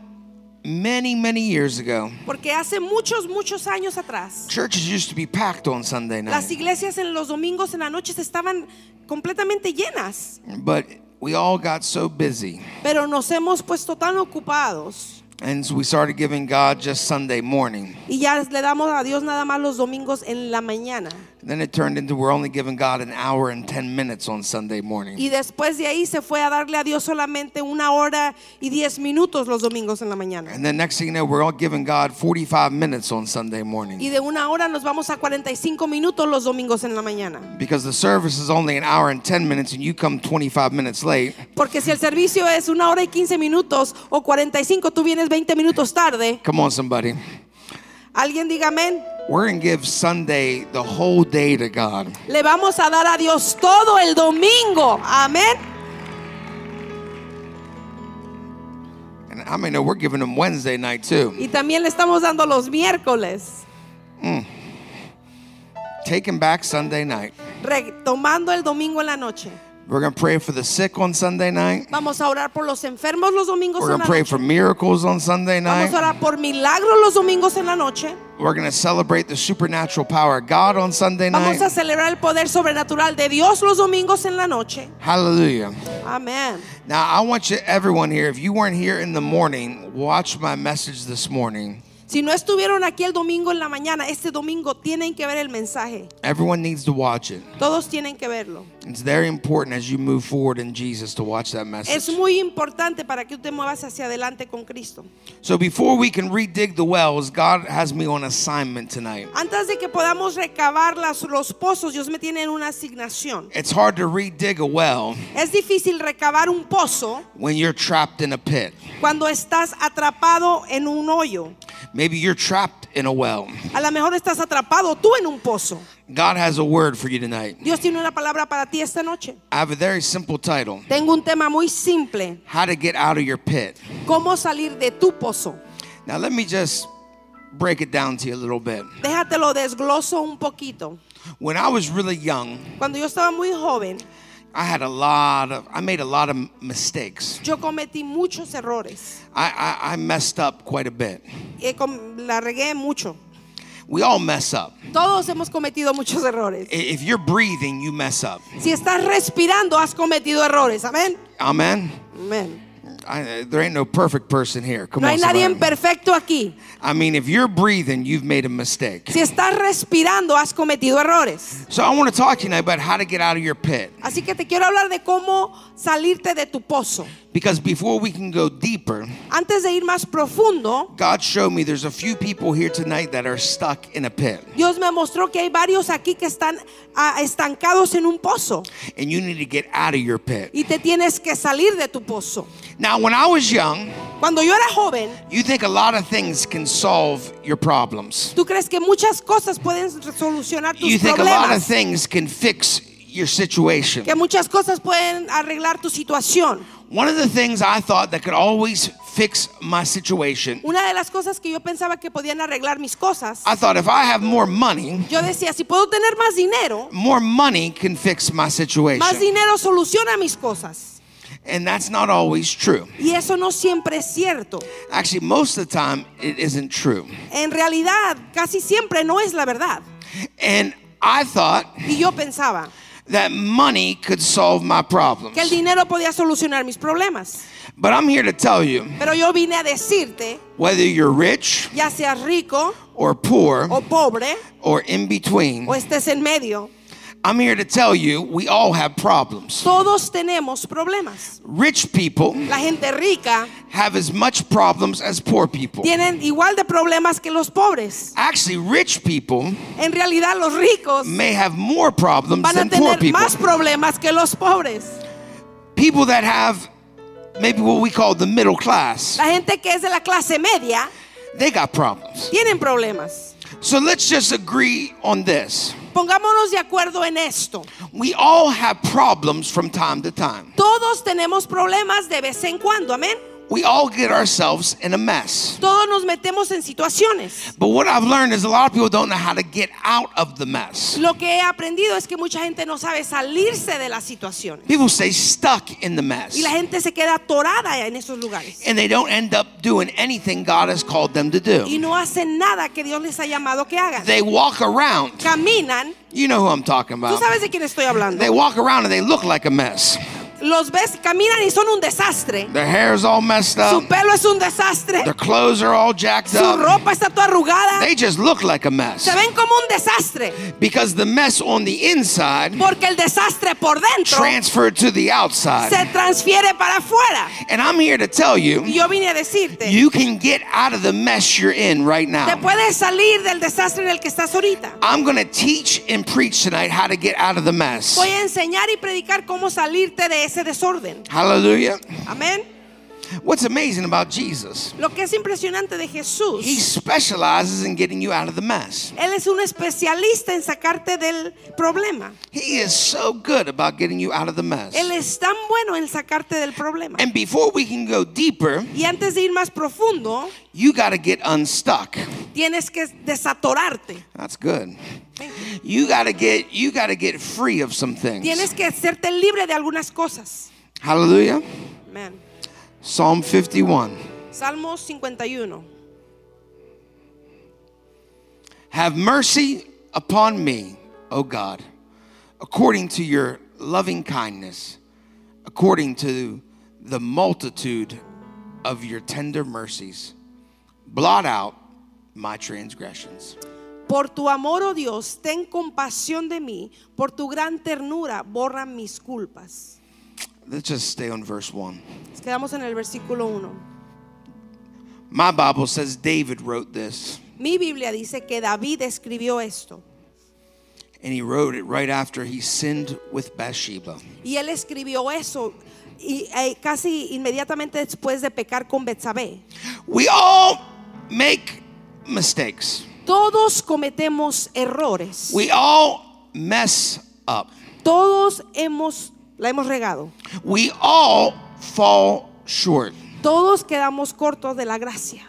Speaker 4: Many, many years ago,
Speaker 5: Porque hace muchos, muchos años atrás,
Speaker 4: churches used to be packed on Sunday
Speaker 5: las
Speaker 4: night.
Speaker 5: iglesias en los domingos en la noche estaban completamente llenas.
Speaker 4: But we all got so busy.
Speaker 5: Pero nos hemos puesto tan ocupados
Speaker 4: And so we started giving God just Sunday morning.
Speaker 5: y ya le damos a Dios nada más los domingos en la mañana.
Speaker 4: And then it turned into we're only giving God an hour and 10 minutes on Sunday morning.
Speaker 5: Y después de ahí se fue a darle a Dios solamente una hora y diez minutos los domingos en la mañana.
Speaker 4: And then next thing you know, we're all giving God 45 minutes on Sunday morning.
Speaker 5: Y de una hora nos vamos a 45 minutos los domingos en la mañana.
Speaker 4: Because the service is only an hour and 10 minutes and you come 25 minutes late,
Speaker 5: Porque si el servicio es una hora y 15 minutos o 45, tú vienes 20 minutos tarde.
Speaker 4: come on somebody.
Speaker 5: Alguien diga amén.
Speaker 4: We're going to give Sunday the whole day to God.
Speaker 5: Le vamos a dar a Dios todo el domingo. Amén.
Speaker 4: And I mean, we're giving them Wednesday night too.
Speaker 5: Y también le estamos dando los miércoles.
Speaker 4: Taking back Sunday night.
Speaker 5: Retomando el domingo en la noche.
Speaker 4: We're going to pray for the sick on Sunday night.
Speaker 5: Vamos a orar por los enfermos los domingos
Speaker 4: We're
Speaker 5: en
Speaker 4: going
Speaker 5: la
Speaker 4: to pray
Speaker 5: noche.
Speaker 4: for miracles on Sunday
Speaker 5: Vamos a
Speaker 4: night.
Speaker 5: orar por milagros los domingos en la noche.
Speaker 4: We're going to celebrate the supernatural power of God on Sunday
Speaker 5: Vamos a
Speaker 4: night.
Speaker 5: celebrar el poder sobrenatural de Dios los domingos en la noche.
Speaker 4: Hallelujah.
Speaker 5: Amén.
Speaker 4: Now, I want you, everyone here, if you weren't here in the morning, watch my message this morning.
Speaker 5: Si no estuvieron aquí el domingo en la mañana, este domingo tienen que ver el mensaje.
Speaker 4: Everyone needs to watch it.
Speaker 5: Todos tienen que verlo.
Speaker 4: It's very important as you move forward in Jesus to watch
Speaker 5: Es
Speaker 4: that message.
Speaker 5: muy importante para que tú te muevas hacia adelante con Cristo.
Speaker 4: So before we can redig the wells, God has me on assignment tonight.
Speaker 5: Antes de que podamos recabar las- los pozos, Dios me tiene en una asignación.
Speaker 4: It's hard to redig a well
Speaker 5: Es difícil recabar un pozo
Speaker 4: when you're trapped in a pit.
Speaker 5: cuando estás atrapado en un hoyo.
Speaker 4: Maybe you're trapped in a well.
Speaker 5: A lo mejor estás atrapado tú en un pozo.
Speaker 4: God has a word for you tonight.
Speaker 5: Dios tiene una palabra para ti esta noche.
Speaker 4: I have a very simple title
Speaker 5: Tengo un tema muy simple.
Speaker 4: How to Get Out of Your Pit.
Speaker 5: ¿Cómo salir de tu pozo?
Speaker 4: Now, let me just break it down to you a little bit.
Speaker 5: Déjatelo desgloso un poquito.
Speaker 4: When I was really young,
Speaker 5: Cuando yo estaba muy joven,
Speaker 4: I had a lot of, I made a lot of mistakes.
Speaker 5: yo cometí muchos errores.
Speaker 4: I, I, I messed up quite a bit.
Speaker 5: Eh, com- la regué mucho.
Speaker 4: We all mess up.
Speaker 5: Todos hemos cometido muchos errores.
Speaker 4: I- If you're breathing, you mess up.
Speaker 5: Si estás respirando, has cometido errores. Amén.
Speaker 4: Amen.
Speaker 5: Amén.
Speaker 4: I, there ain't no perfect person here. Come
Speaker 5: No
Speaker 4: on,
Speaker 5: hay nadie
Speaker 4: somebody.
Speaker 5: imperfecto aquí.
Speaker 4: I mean, if you're breathing, you've made a mistake.
Speaker 5: Si estás respirando, has cometido errores.
Speaker 4: So I want to talk to you tonight about how to get out of your pit.
Speaker 5: Así que te quiero hablar de cómo salirte de tu pozo.
Speaker 4: Because before we can go deeper,
Speaker 5: Antes de ir más profundo,
Speaker 4: God showed me there's a few people here tonight that are stuck in a pit.
Speaker 5: Dios me mostró que hay varios aquí que están ah, estancados en un pozo
Speaker 4: And you need to get out of your pit.
Speaker 5: y te tienes que salir de tu pozo.
Speaker 4: Now, when I was young,
Speaker 5: Cuando yo era joven,
Speaker 4: you think a lot of things can solve your problems.
Speaker 5: tú crees que muchas cosas pueden solucionar tus
Speaker 4: You think a lot of
Speaker 5: problemas,
Speaker 4: things can fix your situation.
Speaker 5: que muchas cosas pueden arreglar tu situación.
Speaker 4: One of the things I thought that could always fix my situation,
Speaker 5: Una de las cosas que yo pensaba que podían arreglar mis cosas,
Speaker 4: I thought if I have more money,
Speaker 5: yo decía, si puedo tener más dinero,
Speaker 4: more money can fix my
Speaker 5: más
Speaker 4: situation.
Speaker 5: dinero soluciona mis cosas.
Speaker 4: And that's not always true.
Speaker 5: Y eso no siempre es cierto.
Speaker 4: Actually, most of the time, it isn't true.
Speaker 5: En realidad, casi siempre no es la verdad.
Speaker 4: And I thought
Speaker 5: Y yo pensaba
Speaker 4: that money could solve my problems.
Speaker 5: que el dinero podía solucionar mis problemas.
Speaker 4: But I'm here to tell you
Speaker 5: Pero yo vine a decirte,
Speaker 4: whether you're rich
Speaker 5: ya seas rico
Speaker 4: or poor
Speaker 5: o pobre
Speaker 4: or in between,
Speaker 5: o estés en medio,
Speaker 4: I'm here to tell you, we all have problems.
Speaker 5: Todos tenemos problemas.
Speaker 4: Rich people
Speaker 5: La gente rica
Speaker 4: have as much problems as poor people.
Speaker 5: tienen igual de problemas que los pobres.
Speaker 4: Actually, rich people
Speaker 5: En realidad los ricos
Speaker 4: may have more problems
Speaker 5: van a
Speaker 4: than poor
Speaker 5: tener
Speaker 4: people.
Speaker 5: más problemas que los pobres.
Speaker 4: People that have maybe what we call the middle class,
Speaker 5: La gente que es de la clase media
Speaker 4: they got problems.
Speaker 5: tienen problemas.
Speaker 4: So let's just agree on this.
Speaker 5: Pongámonos de acuerdo en esto.
Speaker 4: We all have problems from time to time.
Speaker 5: Todos tenemos problemas de vez en cuando, amén.
Speaker 4: We all get ourselves in a mess.
Speaker 5: Todos nos metemos en situaciones.
Speaker 4: But what I've learned is a lot of people don't know how to get out of the mess.
Speaker 5: Lo que he aprendido es que mucha gente no sabe salirse de las situaciones.
Speaker 4: People stay stuck in the mess
Speaker 5: Y la gente se queda atorada en esos lugares.
Speaker 4: and they don't end up doing anything God has called them to
Speaker 5: Y
Speaker 4: do.
Speaker 5: no hacen nada que Dios les ha llamado que hagan.
Speaker 4: They walk around.
Speaker 5: Caminan.
Speaker 4: You know who I'm talking
Speaker 5: Tú
Speaker 4: about.
Speaker 5: sabes de quién estoy hablando.
Speaker 4: They walk around and they look like a mess.
Speaker 5: Los ves, caminan y son un desastre.
Speaker 4: Their hair's all messed up.
Speaker 5: Su pelo es un desastre.
Speaker 4: Their clothes are all jacked
Speaker 5: Su
Speaker 4: up.
Speaker 5: ropa está toda arrugada.
Speaker 4: They just look like a mess
Speaker 5: Se ven como un desastre.
Speaker 4: because the mess on the inside
Speaker 5: Porque el desastre por dentro
Speaker 4: transferred to the
Speaker 5: se
Speaker 4: outside.
Speaker 5: transfiere para afuera.
Speaker 4: And I'm here to tell
Speaker 5: Y
Speaker 4: you,
Speaker 5: yo vine a decirte,
Speaker 4: you can get out of the mess you're in right
Speaker 5: te
Speaker 4: now.
Speaker 5: puedes salir del desastre en el que estás ahorita.
Speaker 4: I'm going to teach and preach tonight how to get out of the mess.
Speaker 5: Voy a enseñar y predicar cómo salirte de ese desorden.
Speaker 4: Hallelujah.
Speaker 5: Amén.
Speaker 4: What's amazing about Jesus,
Speaker 5: Lo que es impresionante de Jesús,
Speaker 4: he specializes in getting you out of the mess.
Speaker 5: Él es un especialista en sacarte del problema.
Speaker 4: He is so good about getting you out of the mess.
Speaker 5: Él es tan bueno en sacarte del problema.
Speaker 4: And before we can go deeper,
Speaker 5: Y antes de ir más profundo,
Speaker 4: you got to get unstuck.
Speaker 5: tienes que desatorarte.
Speaker 4: That's good. You got to get you got to get free of some
Speaker 5: Tienes
Speaker 4: things.
Speaker 5: que hacerte libre de algunas cosas.
Speaker 4: Hallelujah.
Speaker 5: Amén.
Speaker 4: Psalm 51.
Speaker 5: Salmo 51.
Speaker 4: Have mercy upon me, O God, according to your loving kindness, according to the multitude of your tender mercies. Blot out my transgressions.
Speaker 5: Por tu amor, oh Dios, ten compasión de mí. Por tu gran ternura, borra mis culpas.
Speaker 4: Let's just stay on verse 1.
Speaker 5: Nos quedamos en el versículo 1.
Speaker 4: My Bible says David wrote this,
Speaker 5: Mi Biblia dice que David escribió esto.
Speaker 4: and he wrote it right after he sinned with Bathsheba.
Speaker 5: Y él escribió eso y, eh, casi inmediatamente después de pecar con Betsabé.
Speaker 4: We all make mistakes.
Speaker 5: Todos cometemos errores.
Speaker 4: We all mess up.
Speaker 5: Todos hemos la hemos regado.
Speaker 4: We all fall short.
Speaker 5: Todos quedamos cortos de la gracia.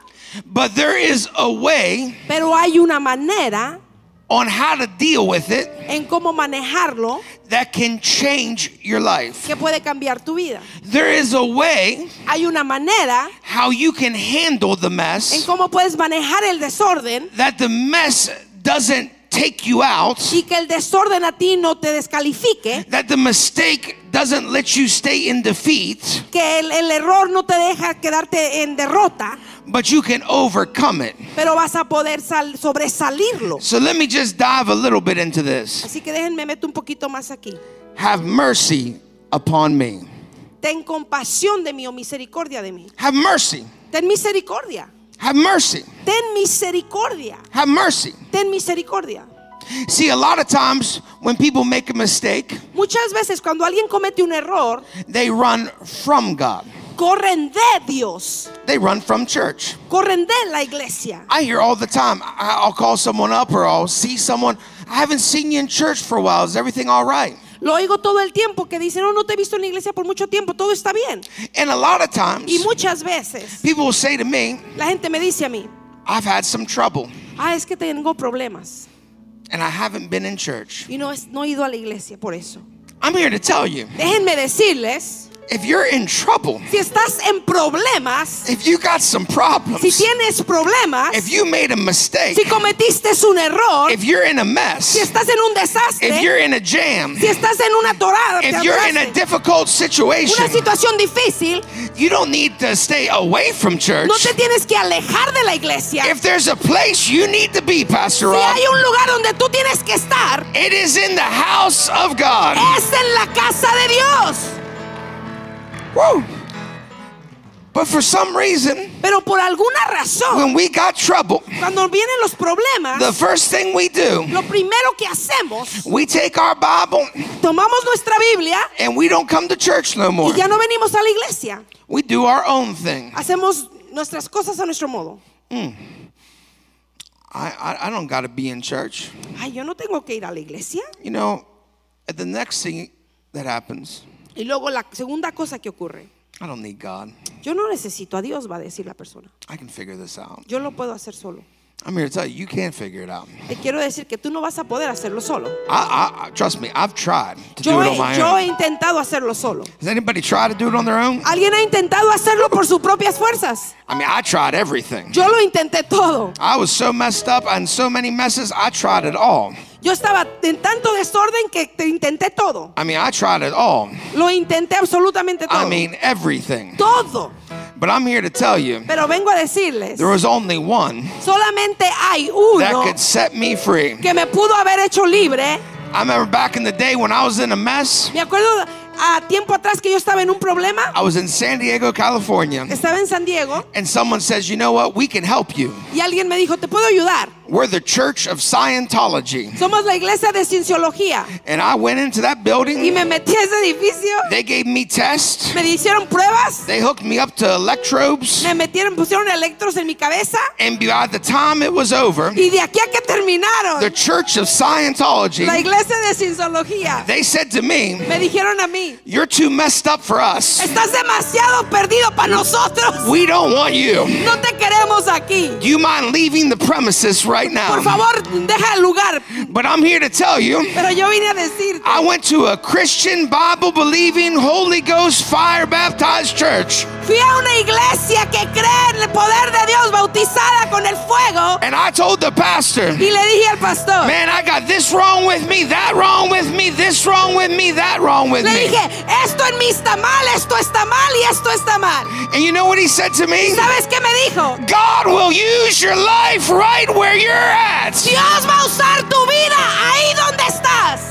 Speaker 4: But there is a way
Speaker 5: Pero hay una manera
Speaker 4: on how to deal with it
Speaker 5: en cómo manejarlo
Speaker 4: that can change your life.
Speaker 5: que puede cambiar tu vida.
Speaker 4: There is a way
Speaker 5: Hay una manera
Speaker 4: how you can handle the
Speaker 5: en
Speaker 4: mess
Speaker 5: cómo puedes manejar el desorden
Speaker 4: that the mess doesn't take you out,
Speaker 5: y que el desorden a ti no te descalifique,
Speaker 4: that the mistake doesn't let you stay in defeat,
Speaker 5: que el, el error no te deja quedarte en derrota,
Speaker 4: but you can overcome it.
Speaker 5: pero vas a poder sal- sobresalirlo.
Speaker 4: So let me just dive a little bit into this.
Speaker 5: Así que déjenme meter un poquito más aquí.
Speaker 4: Have mercy upon me.
Speaker 5: Ten compasión de mí o misericordia de mí.
Speaker 4: Have mercy.
Speaker 5: Ten misericordia.
Speaker 4: Have mercy.
Speaker 5: Ten misericordia.
Speaker 4: Have mercy.
Speaker 5: Ten misericordia.
Speaker 4: See, a lot of times when people make a mistake,
Speaker 5: Muchas veces cuando alguien comete un error,
Speaker 4: they run from God.
Speaker 5: corren de Dios,
Speaker 4: They run from church.
Speaker 5: corren de la iglesia.
Speaker 4: I hear all the time. I- I'll call someone up or I'll see someone. I haven't seen you in church for a while. Is everything all right?
Speaker 5: Lo oigo todo el tiempo que dicen, "Oh, no, no te he visto en la iglesia por mucho tiempo, todo está bien.
Speaker 4: And a lot of
Speaker 5: Y
Speaker 4: times,
Speaker 5: muchas veces
Speaker 4: people will say to me,
Speaker 5: la gente me dice a mí,
Speaker 4: I've had some trouble
Speaker 5: ah, es que tengo problemas
Speaker 4: and I haven't been in church.
Speaker 5: y no, es- no he ido a la iglesia por eso.
Speaker 4: I'm here to tell you,
Speaker 5: Déjenme decirles
Speaker 4: if you're in trouble,
Speaker 8: Si estás en problemas,
Speaker 4: if you got some
Speaker 8: si
Speaker 4: problems,
Speaker 8: tienes problemas,
Speaker 4: if you made a mistake,
Speaker 8: si cometiste un error,
Speaker 4: if you're in a mess,
Speaker 8: si estás en un
Speaker 4: if you're
Speaker 8: desastre,
Speaker 4: in a jam,
Speaker 8: si estás en una torada, te
Speaker 4: if you're in a
Speaker 8: atoraste, una
Speaker 4: difficult situation,
Speaker 8: situación difícil,
Speaker 4: you don't need to stay away from church.
Speaker 8: no te tienes que alejar de la iglesia.
Speaker 4: If there's a place you need to be,
Speaker 8: Si
Speaker 4: Pastor Rob,
Speaker 8: hay un lugar donde tú tienes que estar,
Speaker 4: it is in the house of God.
Speaker 5: Eh.
Speaker 8: es en la casa de Dios.
Speaker 4: Woo! But for some reason,
Speaker 8: Pero por alguna razón,
Speaker 4: when we got trouble,
Speaker 8: cuando vienen los
Speaker 4: the
Speaker 8: problemas,
Speaker 4: first thing we do,
Speaker 8: lo primero que hacemos,
Speaker 4: we take our Bible
Speaker 8: tomamos nuestra Biblia
Speaker 4: and we don't come to church no more.
Speaker 8: y ya no venimos a la iglesia.
Speaker 4: We do our own thing.
Speaker 8: Hacemos nuestras cosas a nuestro modo.
Speaker 4: I, I, I don't got to be in church.
Speaker 8: Ay, yo no tengo que ir a la iglesia.
Speaker 4: You know, at the next thing that happens,
Speaker 8: Y luego la segunda cosa que ocurre,
Speaker 4: I don't need God.
Speaker 8: yo no necesito a Dios, va a decir la persona.
Speaker 4: I can figure this out.
Speaker 8: Yo lo puedo hacer solo.
Speaker 4: I'm here to tell you, you can't figure it out.
Speaker 8: Te quiero decir que tú no vas a poder hacerlo solo.
Speaker 4: I, I, I trust me, I've tried to do
Speaker 8: Yo
Speaker 4: it on my
Speaker 8: he, yo he
Speaker 4: own.
Speaker 8: intentado hacerlo solo.
Speaker 4: Has anybody tried to do it on their own?
Speaker 8: Alguien ha intentado hacerlo por sus propias fuerzas.
Speaker 4: I mean, I tried everything.
Speaker 8: Yo lo intenté todo.
Speaker 4: I was so messed up and so many messes, I tried it all.
Speaker 8: Yo estaba en tanto desorden que te intenté todo.
Speaker 4: I mean, I tried it all.
Speaker 8: Lo intenté absolutamente todo.
Speaker 4: I mean, everything.
Speaker 8: todo.
Speaker 4: But I'm here to tell you,
Speaker 8: Pero vengo a decirles,
Speaker 4: there was only one
Speaker 8: solamente hay
Speaker 4: that
Speaker 8: uno
Speaker 4: could set me free.
Speaker 8: que me pudo haber hecho libre.
Speaker 4: I remember back in the day when I was in a mess,
Speaker 8: Me acuerdo a tiempo atrás que yo estaba en un problema.
Speaker 4: I was in San Diego, California,
Speaker 8: Estaba en San Diego
Speaker 4: and someone says, You know what? We can help you.
Speaker 8: y alguien me dijo, "Te puedo ayudar.
Speaker 4: We're the Church of Scientology.
Speaker 8: Somos la iglesia de cienciología."
Speaker 4: And I went into that
Speaker 8: Y
Speaker 4: building,
Speaker 8: me metí a ese edificio.
Speaker 4: they gave me tests,
Speaker 8: Me hicieron pruebas.
Speaker 4: they hooked me up to electrodes.
Speaker 8: Me metieron, pusieron electros en mi cabeza.
Speaker 4: And by the time it was over,
Speaker 8: Y de aquí a que terminaron,
Speaker 4: the Church of
Speaker 8: la
Speaker 4: Scientology,
Speaker 8: iglesia de cienciología,
Speaker 4: they said to me,
Speaker 8: me dijeron a mí,
Speaker 4: You're too messed up for us.
Speaker 8: estás demasiado perdido para nosotros.
Speaker 4: We don't want you.
Speaker 8: No te queremos aquí.
Speaker 4: Do you mind leaving the premises right
Speaker 8: Por
Speaker 4: now?
Speaker 8: favor, deja el lugar.
Speaker 4: But I'm here to tell you,
Speaker 8: Pero yo vine a decirte,
Speaker 4: I went to a Christian, Bible believing, Holy Ghost fire baptized church,
Speaker 8: fui a una iglesia que cree en el poder de Dios bautizada con el fuego
Speaker 4: and I told the pastor,
Speaker 8: y le dije al pastor,
Speaker 4: Man, I got this wrong with me, that wrong with me, this wrong with me, that wrong with
Speaker 8: le
Speaker 4: me.
Speaker 8: dije, esto en mí está mal, esto está mal y esto está mal.
Speaker 4: And you know what he said to me?
Speaker 8: ¿Sabes qué me dijo?
Speaker 4: God will use your life right where you're at.
Speaker 8: Dios va a usar tu vida ahí donde estás.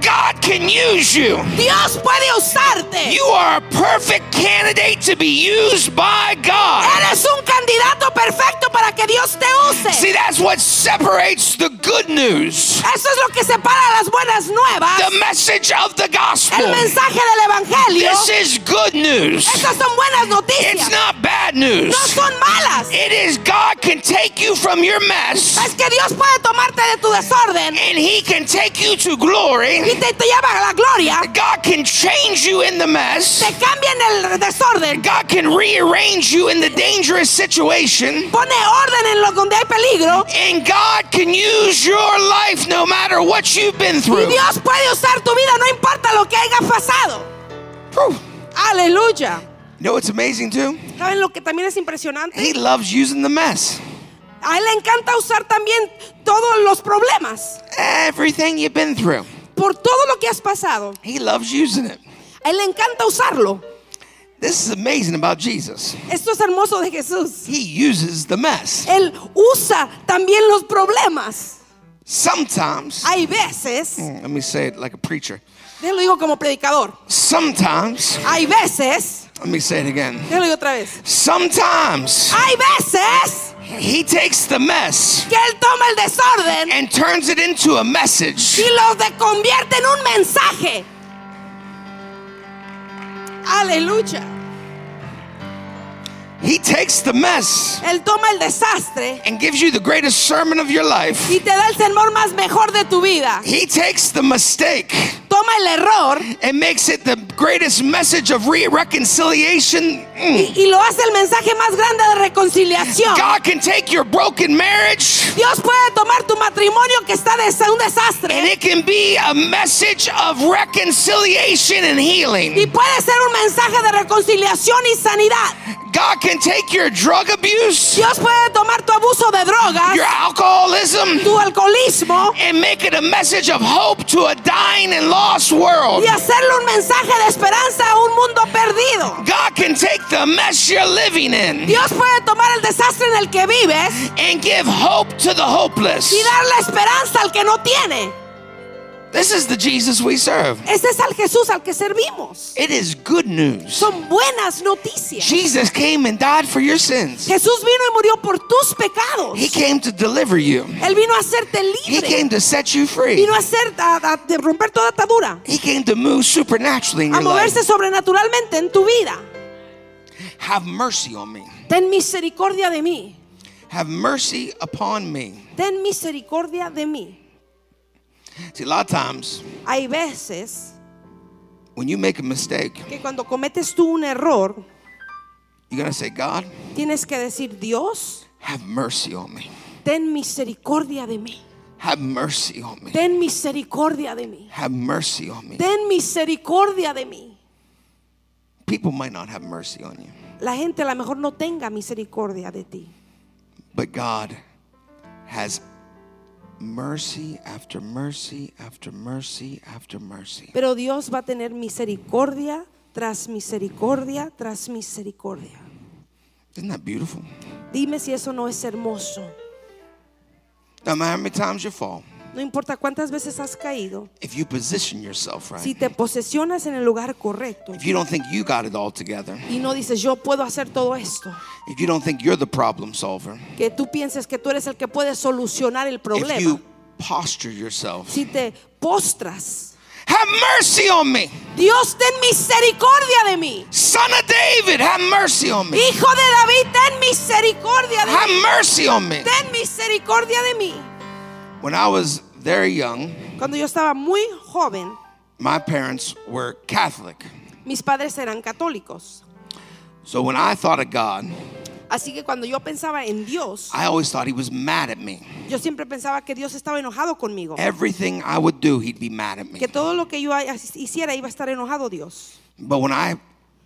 Speaker 4: God can use you.
Speaker 8: Dios puede usarte.
Speaker 4: You are a perfect candidate to be used by God.
Speaker 8: Eres un candidato perfecto para que Dios te use.
Speaker 4: See, that's what separates the good news,
Speaker 8: Eso es lo que separa las buenas nuevas.
Speaker 4: the message of the
Speaker 8: El
Speaker 4: gospel.
Speaker 8: mensaje del evangelio.
Speaker 4: This is good news.
Speaker 8: Estas son buenas
Speaker 4: It's
Speaker 8: noticias.
Speaker 4: not bad news.
Speaker 8: No son malas.
Speaker 4: It is God can take you from your mess
Speaker 8: Es que Dios puede tomarte de tu desorden
Speaker 4: and He can take you to
Speaker 8: y
Speaker 4: glory.
Speaker 8: te, te lleva a la gloria.
Speaker 4: God can change you in the mess.
Speaker 8: Te cambia en el desorden.
Speaker 4: God can rearrange you in the dangerous situation.
Speaker 8: Pone orden en los donde hay peligro.
Speaker 4: And God can use your life no matter what you've been
Speaker 8: Y
Speaker 4: through.
Speaker 8: Dios puede usar tu vida, no importa lo que haya pasado.
Speaker 4: Whew.
Speaker 8: Aleluya.
Speaker 4: You know what's amazing too?
Speaker 8: ¿Saben lo que también es impresionante?
Speaker 4: He loves using the mess.
Speaker 8: A él le encanta usar también todos los problemas.
Speaker 4: Everything you've been through,
Speaker 8: Por todo lo que has pasado,
Speaker 4: He loves using it.
Speaker 8: a él le encanta usarlo.
Speaker 4: This is amazing about Jesus.
Speaker 8: Esto es hermoso de Jesús.
Speaker 4: He uses the mess.
Speaker 8: Él usa también los problemas.
Speaker 4: Sometimes, mm,
Speaker 8: Hay veces,
Speaker 4: let me say it like a preacher.
Speaker 8: te lo digo como predicador,
Speaker 4: Sometimes,
Speaker 8: hay veces,
Speaker 4: let me say it again.
Speaker 8: te lo digo otra vez,
Speaker 4: Sometimes
Speaker 8: hay veces
Speaker 4: He takes the mess
Speaker 8: que él toma el desorden
Speaker 4: and turns it into a message.
Speaker 8: y lo de- convierte en un mensaje. Aleluya.
Speaker 4: He takes the mess
Speaker 8: Él toma el desastre
Speaker 4: and gives you the greatest sermon of your life.
Speaker 8: y te da el sermón más mejor de tu vida.
Speaker 4: He takes the mistake
Speaker 8: To-
Speaker 5: toma el error
Speaker 4: It makes it the greatest message of re- reconciliation.
Speaker 5: y,
Speaker 4: Mm.
Speaker 5: y lo hace el mensaje más grande de reconciliación.
Speaker 4: God can take your broken marriage
Speaker 5: Dios puede tomar tu matrimonio que está de un
Speaker 4: and
Speaker 5: desastre
Speaker 4: it can be a message of reconciliation and
Speaker 5: y
Speaker 4: healing.
Speaker 5: puede ser un mensaje de reconciliación y sanidad.
Speaker 4: God can take your drug abuse,
Speaker 5: Dios puede tomar tu abuso de drogas,
Speaker 4: your alcoholism,
Speaker 5: tu alcoholismo
Speaker 4: and make it a message of hope to a dying and lost world.
Speaker 5: y hacerle un mensaje de esperanza a un mundo perdido.
Speaker 4: God can take the mess you're living in
Speaker 5: Dios puede tomar el desastre en el que vives
Speaker 4: and give hope to the hopeless.
Speaker 5: y darle esperanza al que no tiene.
Speaker 4: This is the Jesus we serve.
Speaker 5: Ese es al Jesús al que servimos.
Speaker 4: It is good news.
Speaker 5: Son buenas noticias.
Speaker 4: Jesus came and died for your sins.
Speaker 5: Jesús vino y murió por tus pecados.
Speaker 4: He came to deliver you.
Speaker 5: Él vino a hacerte
Speaker 4: He came
Speaker 5: libre.
Speaker 4: to set you free.
Speaker 5: Vino a hacer a, a de romper toda atadura,
Speaker 4: He came to move supernaturally in
Speaker 5: a
Speaker 4: your life.
Speaker 5: moverse sobrenaturalmente en tu vida.
Speaker 4: Have mercy on me.
Speaker 5: Ten misericordia de mí.
Speaker 4: Have mercy upon me.
Speaker 5: Ten misericordia de mí.
Speaker 4: See, a lot of times
Speaker 5: Hay veces
Speaker 4: when you make a mistake,
Speaker 5: que cuando cometes tú un error,
Speaker 4: you're going to say, God,
Speaker 5: tienes que decir, Dios,
Speaker 4: have mercy on me.
Speaker 5: ten misericordia de mí.
Speaker 4: Have mercy on me.
Speaker 5: Ten misericordia de mí.
Speaker 4: Have mercy on me.
Speaker 5: Ten misericordia de mí.
Speaker 4: People might not have mercy on you,
Speaker 5: La gente a lo mejor no tenga misericordia de ti,
Speaker 4: but God has mercy after mercy after mercy after mercy.
Speaker 5: pero Dios va a tener misericordia tras misericordia tras misericordia.
Speaker 4: Isn't that beautiful?
Speaker 5: Dime si eso no es hermoso.
Speaker 4: No matter how many times you fall,
Speaker 5: No importa cuántas veces has caído,
Speaker 4: if you position yourself right,
Speaker 5: si te posesionas en el lugar correcto
Speaker 4: if you don't think you got it all together,
Speaker 5: y no dices yo puedo hacer todo esto,
Speaker 4: if you don't think you're the problem solver,
Speaker 5: que tú pienses que tú eres el que puede solucionar el
Speaker 4: if
Speaker 5: problema,
Speaker 4: you posture yourself,
Speaker 5: si te postras,
Speaker 4: have mercy on me,
Speaker 5: Dios ten misericordia de mí.
Speaker 4: son of David, have mercy on me,
Speaker 5: Hijo de David, ten misericordia de
Speaker 4: have
Speaker 5: mí.
Speaker 4: mercy on me.
Speaker 5: Ten misericordia de mí.
Speaker 4: When I was very young,
Speaker 5: Cuando yo estaba muy joven,
Speaker 4: my parents were Catholic.
Speaker 5: mis padres eran católicos.
Speaker 4: So when I thought of God,
Speaker 5: Así que cuando yo pensaba en Dios,
Speaker 4: I always thought he was mad at me.
Speaker 5: yo siempre pensaba que Dios estaba enojado conmigo.
Speaker 4: Everything I would do, he'd be mad at me.
Speaker 5: Que todo lo que yo ha- hiciera iba a estar enojado Dios.
Speaker 4: But when I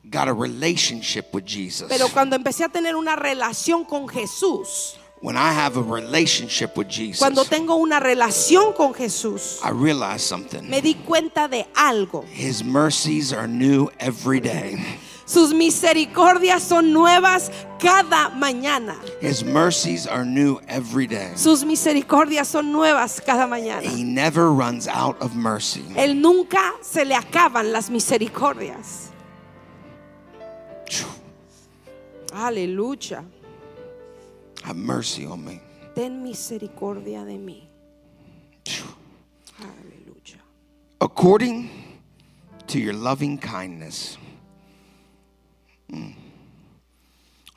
Speaker 4: got a relationship with Jesus,
Speaker 5: Pero cuando empecé a tener una relación con Jesús,
Speaker 4: when I have a relationship with Jesus,
Speaker 5: cuando tengo una relación con Jesús,
Speaker 4: I realized something.
Speaker 5: me di cuenta de algo.
Speaker 4: His mercies are new every day.
Speaker 5: Sus misericordias son nuevas cada mañana.
Speaker 4: His mercies are new every day.
Speaker 5: Sus misericordias son nuevas cada mañana.
Speaker 4: He never runs out of mercy.
Speaker 5: Él nunca se le acaban las misericordias. Aleluya.
Speaker 4: Have mercy on me.
Speaker 5: Ten misericordia de mí. Aleluya.
Speaker 4: According to your loving kindness. Mm.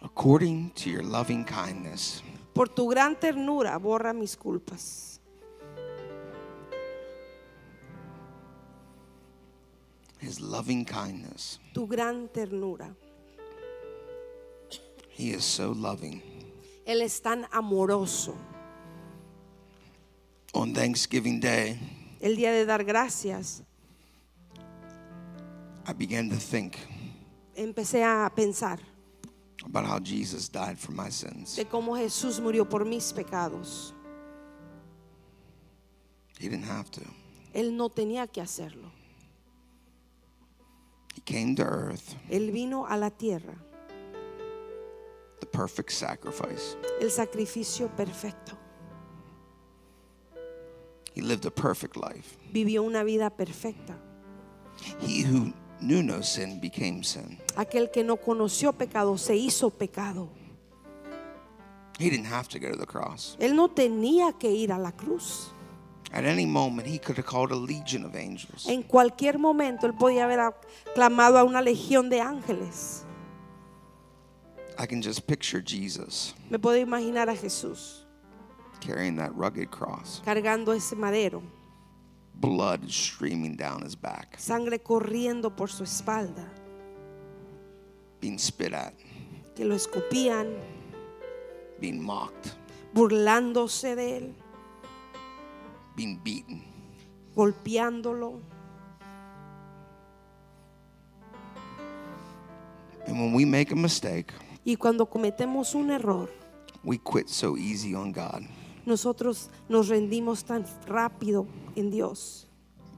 Speaker 4: According to your loving kindness.
Speaker 5: Por tu gran ternura, borra mis culpas.
Speaker 4: His loving kindness.
Speaker 5: Tu gran ternura.
Speaker 4: He is so loving.
Speaker 5: Él es tan amoroso.
Speaker 4: On Thanksgiving Day,
Speaker 5: El día de dar gracias,
Speaker 4: I began to think
Speaker 5: empecé a pensar
Speaker 4: about how Jesus died for my sins.
Speaker 5: de cómo Jesús murió por mis pecados.
Speaker 4: He didn't have to.
Speaker 5: Él no tenía que hacerlo.
Speaker 4: He came to earth,
Speaker 5: Él vino a la tierra,
Speaker 4: the perfect sacrifice.
Speaker 5: el sacrificio perfecto.
Speaker 4: He lived a perfect life.
Speaker 5: Vivió una vida perfecta.
Speaker 4: He who knew no sin became sin.
Speaker 5: Aquel que no conoció pecado se hizo pecado.
Speaker 4: He didn't have to go to the cross.
Speaker 5: Él no tenía que ir a la cruz.
Speaker 4: At any moment, he could have called a legion of angels.
Speaker 5: En cualquier momento él podía haber a- clamado a una legión de ángeles.
Speaker 4: I can just picture Jesus
Speaker 5: Me puedo imaginar a Jesús
Speaker 4: carrying that rugged cross,
Speaker 5: cargando ese madero,
Speaker 4: blood streaming down his back,
Speaker 5: sangre corriendo por su espalda,
Speaker 4: being spit at,
Speaker 5: que lo escupían,
Speaker 4: being mocked,
Speaker 5: burlándose de él,
Speaker 4: being beaten.
Speaker 5: golpeándolo.
Speaker 4: And when we make a mistake,
Speaker 5: Y cuando cometemos un error,
Speaker 4: we quit so easy on God.
Speaker 5: nosotros nos rendimos tan rápido en Dios.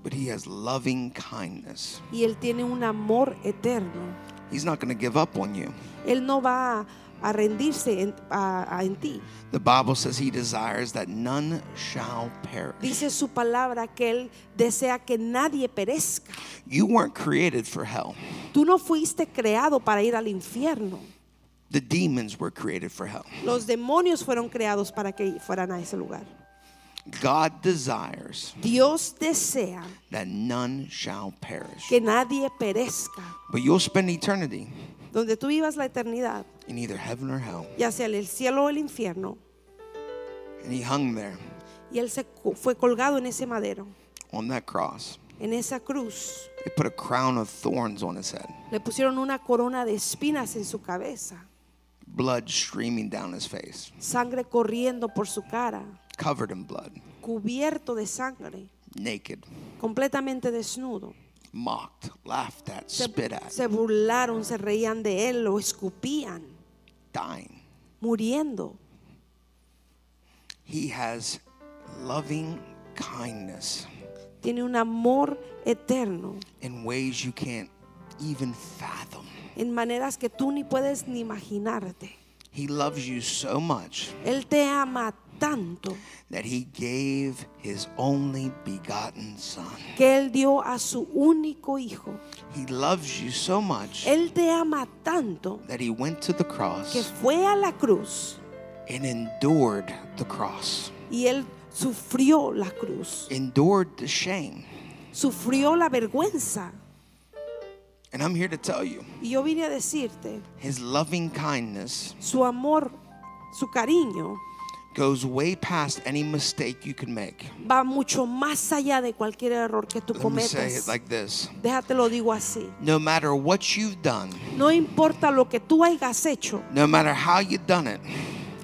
Speaker 4: But he has loving kindness.
Speaker 5: Y Él tiene un amor eterno.
Speaker 4: He's not going to give up on you.
Speaker 5: Él no va a, a rendirse en, a- a- en ti.
Speaker 4: The Bible says he desires that none shall perish.
Speaker 5: Dice su palabra que Él desea que nadie perezca.
Speaker 4: You weren't created for hell.
Speaker 5: Tú no fuiste creado para ir al infierno.
Speaker 4: The demons were created for hell.
Speaker 5: Los demonios fueron creados para que fueran a ese lugar.
Speaker 4: God desires
Speaker 5: Dios desea
Speaker 4: that none shall perish.
Speaker 5: que nadie perezca.
Speaker 4: But you'll spend eternity
Speaker 5: Donde tú vivas la eternidad,
Speaker 4: in either heaven or hell.
Speaker 5: ya sea en el cielo o el infierno.
Speaker 4: And he hung there
Speaker 5: Y Él se co- fue colgado en ese madero,
Speaker 4: on that cross.
Speaker 5: en esa cruz.
Speaker 4: They put a crown of thorns on his head,
Speaker 5: Le pusieron una corona de espinas en su cabeza,
Speaker 4: blood streaming down his face,
Speaker 5: sangre corriendo por su cara,
Speaker 4: covered in blood,
Speaker 5: cubierto de sangre,
Speaker 4: naked,
Speaker 5: completamente desnudo.
Speaker 4: mocked, laughed at,
Speaker 5: Se,
Speaker 4: spit at,
Speaker 5: se burlaron, se reían de Él, lo escupían,
Speaker 4: dying.
Speaker 5: muriendo.
Speaker 4: He has loving kindness
Speaker 5: Tiene un amor eterno
Speaker 4: in ways you can't even fathom.
Speaker 5: en maneras que tú ni puedes ni imaginarte.
Speaker 4: He loves you so much
Speaker 5: Él te ama tanto
Speaker 4: that he gave his only begotten son.
Speaker 5: que Él dio a su único hijo.
Speaker 4: He loves you so much
Speaker 5: Él te ama tanto
Speaker 4: that he went to the
Speaker 5: que
Speaker 4: cross
Speaker 5: fue a la cruz
Speaker 4: and endured the cross,
Speaker 5: y Él sufrió la cruz,
Speaker 4: endured the shame.
Speaker 5: sufrió la vergüenza.
Speaker 4: And I'm here to tell you,
Speaker 5: Y yo vine a decirte,
Speaker 4: his loving kindness
Speaker 5: su amor, su cariño
Speaker 4: goes way past any mistake you can make.
Speaker 5: va mucho más allá de cualquier error que tú
Speaker 4: Let me say it
Speaker 5: cometas.
Speaker 4: like this.
Speaker 5: Déjate lo digo así.
Speaker 4: No matter what you've done,
Speaker 5: No importa lo que tú hayas hecho,
Speaker 4: no matter how you done it,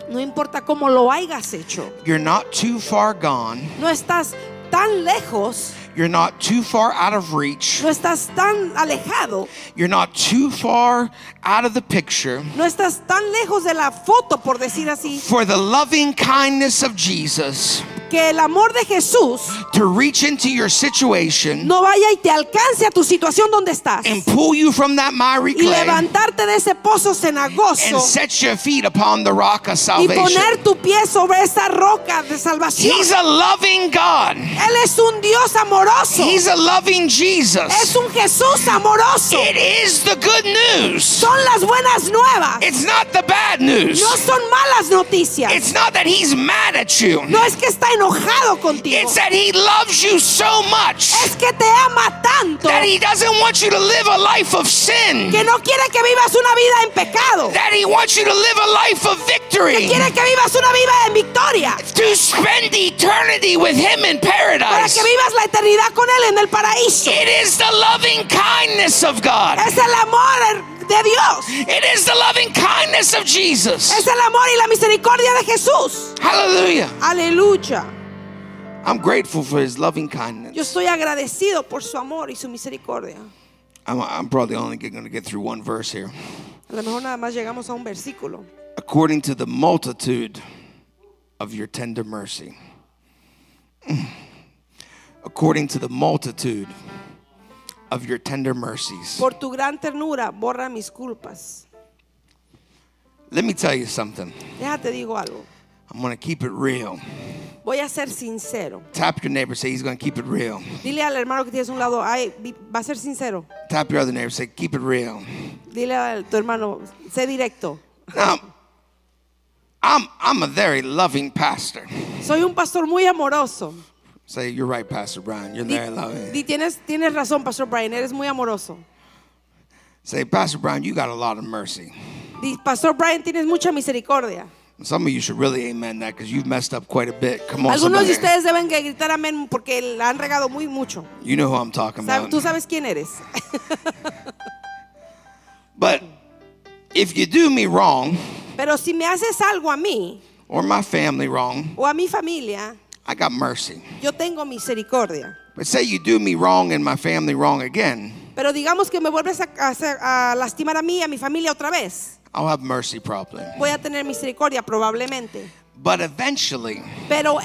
Speaker 5: no importa cómo lo hayas hecho,
Speaker 4: you're not too far gone.
Speaker 5: no estás tan lejos,
Speaker 4: You're not too far out of reach.
Speaker 5: no estás tan alejado,
Speaker 4: You're not too far out of the picture.
Speaker 5: no estás tan lejos de la foto, por decir así,
Speaker 4: For the loving kindness of Jesus
Speaker 5: que el amor de Jesús
Speaker 4: to reach into your situation
Speaker 5: no vaya y te alcance a tu situación donde estás
Speaker 4: and pull you from that miry
Speaker 5: y
Speaker 4: clay
Speaker 5: levantarte de ese pozo cenagoso
Speaker 4: and set your feet upon the rock of
Speaker 5: y
Speaker 4: salvation.
Speaker 5: poner tu pie sobre esa roca de salvación.
Speaker 4: He's a loving God.
Speaker 5: Él es un Dios amoroso.
Speaker 4: He's a loving
Speaker 5: Es
Speaker 4: Jesus.
Speaker 5: un Jesús amoroso.
Speaker 4: It is the good news.
Speaker 5: Son las buenas nuevas.
Speaker 4: It's not the bad news.
Speaker 5: No son malas noticias.
Speaker 4: It's not that he's mad at you.
Speaker 5: No es que está enojado contigo.
Speaker 4: It's that he loves you so much
Speaker 5: Es que te ama tanto
Speaker 4: that he doesn't want you to live a life of sin.
Speaker 5: que no quiere que vivas una vida en pecado.
Speaker 4: That he wants you to live a life of victory.
Speaker 5: Quiere que vivas una vida en victoria.
Speaker 4: To spend eternity with him in
Speaker 5: Para
Speaker 4: paradise.
Speaker 5: que vivas la eternidad con Él en el paraíso.
Speaker 4: It is the loving kindness of God.
Speaker 5: Es el amor de Dios.
Speaker 4: It is the loving kindness of
Speaker 5: Es
Speaker 4: Jesus.
Speaker 5: el amor y la misericordia de Jesús.
Speaker 4: Hallelujah.
Speaker 5: Aleluya.
Speaker 4: I'm grateful for his loving
Speaker 5: Yo
Speaker 4: kindness.
Speaker 5: estoy agradecido por su amor y su misericordia.
Speaker 4: I'm, I'm probably only going to get through one verse here.
Speaker 5: A lo mejor nada más llegamos a un versículo.
Speaker 4: According to the multitude of your tender mercy. Mm. According to the multitude of your tender mercies.
Speaker 5: Por tu gran ternura, borra mis culpas.
Speaker 4: Let me tell you something.
Speaker 5: Déjate digo algo.
Speaker 4: I'm going to keep it real.
Speaker 5: Voy a ser sincero.
Speaker 4: Tap your neighbor, say, He's going to keep it real.
Speaker 5: Dile al hermano que tienes a un lado, ay, vi- va a ser sincero.
Speaker 4: Tap your other neighbor, say, Keep it real.
Speaker 5: Dile a tu hermano, sé directo.
Speaker 4: Now, I'm, I'm a very loving pastor.
Speaker 5: Soy un pastor muy amoroso.
Speaker 4: Say, You're right, Pastor Brian. You're
Speaker 5: Di,
Speaker 4: very loving.
Speaker 5: di- tienes, tienes razón, Pastor Brian, eres muy amoroso.
Speaker 4: Say, Pastor Brian, you got a lot of mercy.
Speaker 5: Di, Pastor Brian, tienes mucha misericordia.
Speaker 4: Some of you should really amen that because you've messed up quite a bit. Come on,
Speaker 5: Algunos de
Speaker 4: somebody.
Speaker 5: ustedes deben que gritar amén porque la han regado muy mucho.
Speaker 4: You know who I'm talking
Speaker 5: Sab-
Speaker 4: about.
Speaker 5: Tú sabes quién eres.
Speaker 4: But if you do me wrong
Speaker 5: Pero si me haces algo a mí
Speaker 4: or my family wrong,
Speaker 5: o a mi familia,
Speaker 4: I got mercy.
Speaker 5: yo tengo misericordia.
Speaker 4: But say you do me wrong and my family wrong again,
Speaker 5: Pero digamos que me vuelves a, a hacer- a lastimar a mí y a mi familia otra vez.
Speaker 4: I'll have mercy probably.
Speaker 5: Voy a tener misericordia probablemente.
Speaker 4: But eventually,
Speaker 5: Pero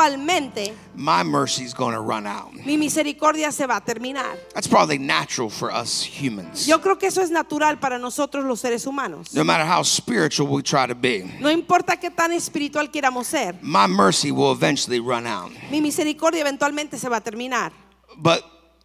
Speaker 5: eventualmente
Speaker 4: my mercy's going to run out.
Speaker 5: mi misericordia se va a terminar.
Speaker 4: That's probably natural for us humans.
Speaker 5: Yo creo que eso es natural para nosotros los seres humanos.
Speaker 4: No matter how spiritual we try to be,
Speaker 5: No importa qué tan espiritual queramos ser,
Speaker 4: my mercy will eventually run out.
Speaker 5: mi misericordia eventualmente se va a terminar.
Speaker 4: But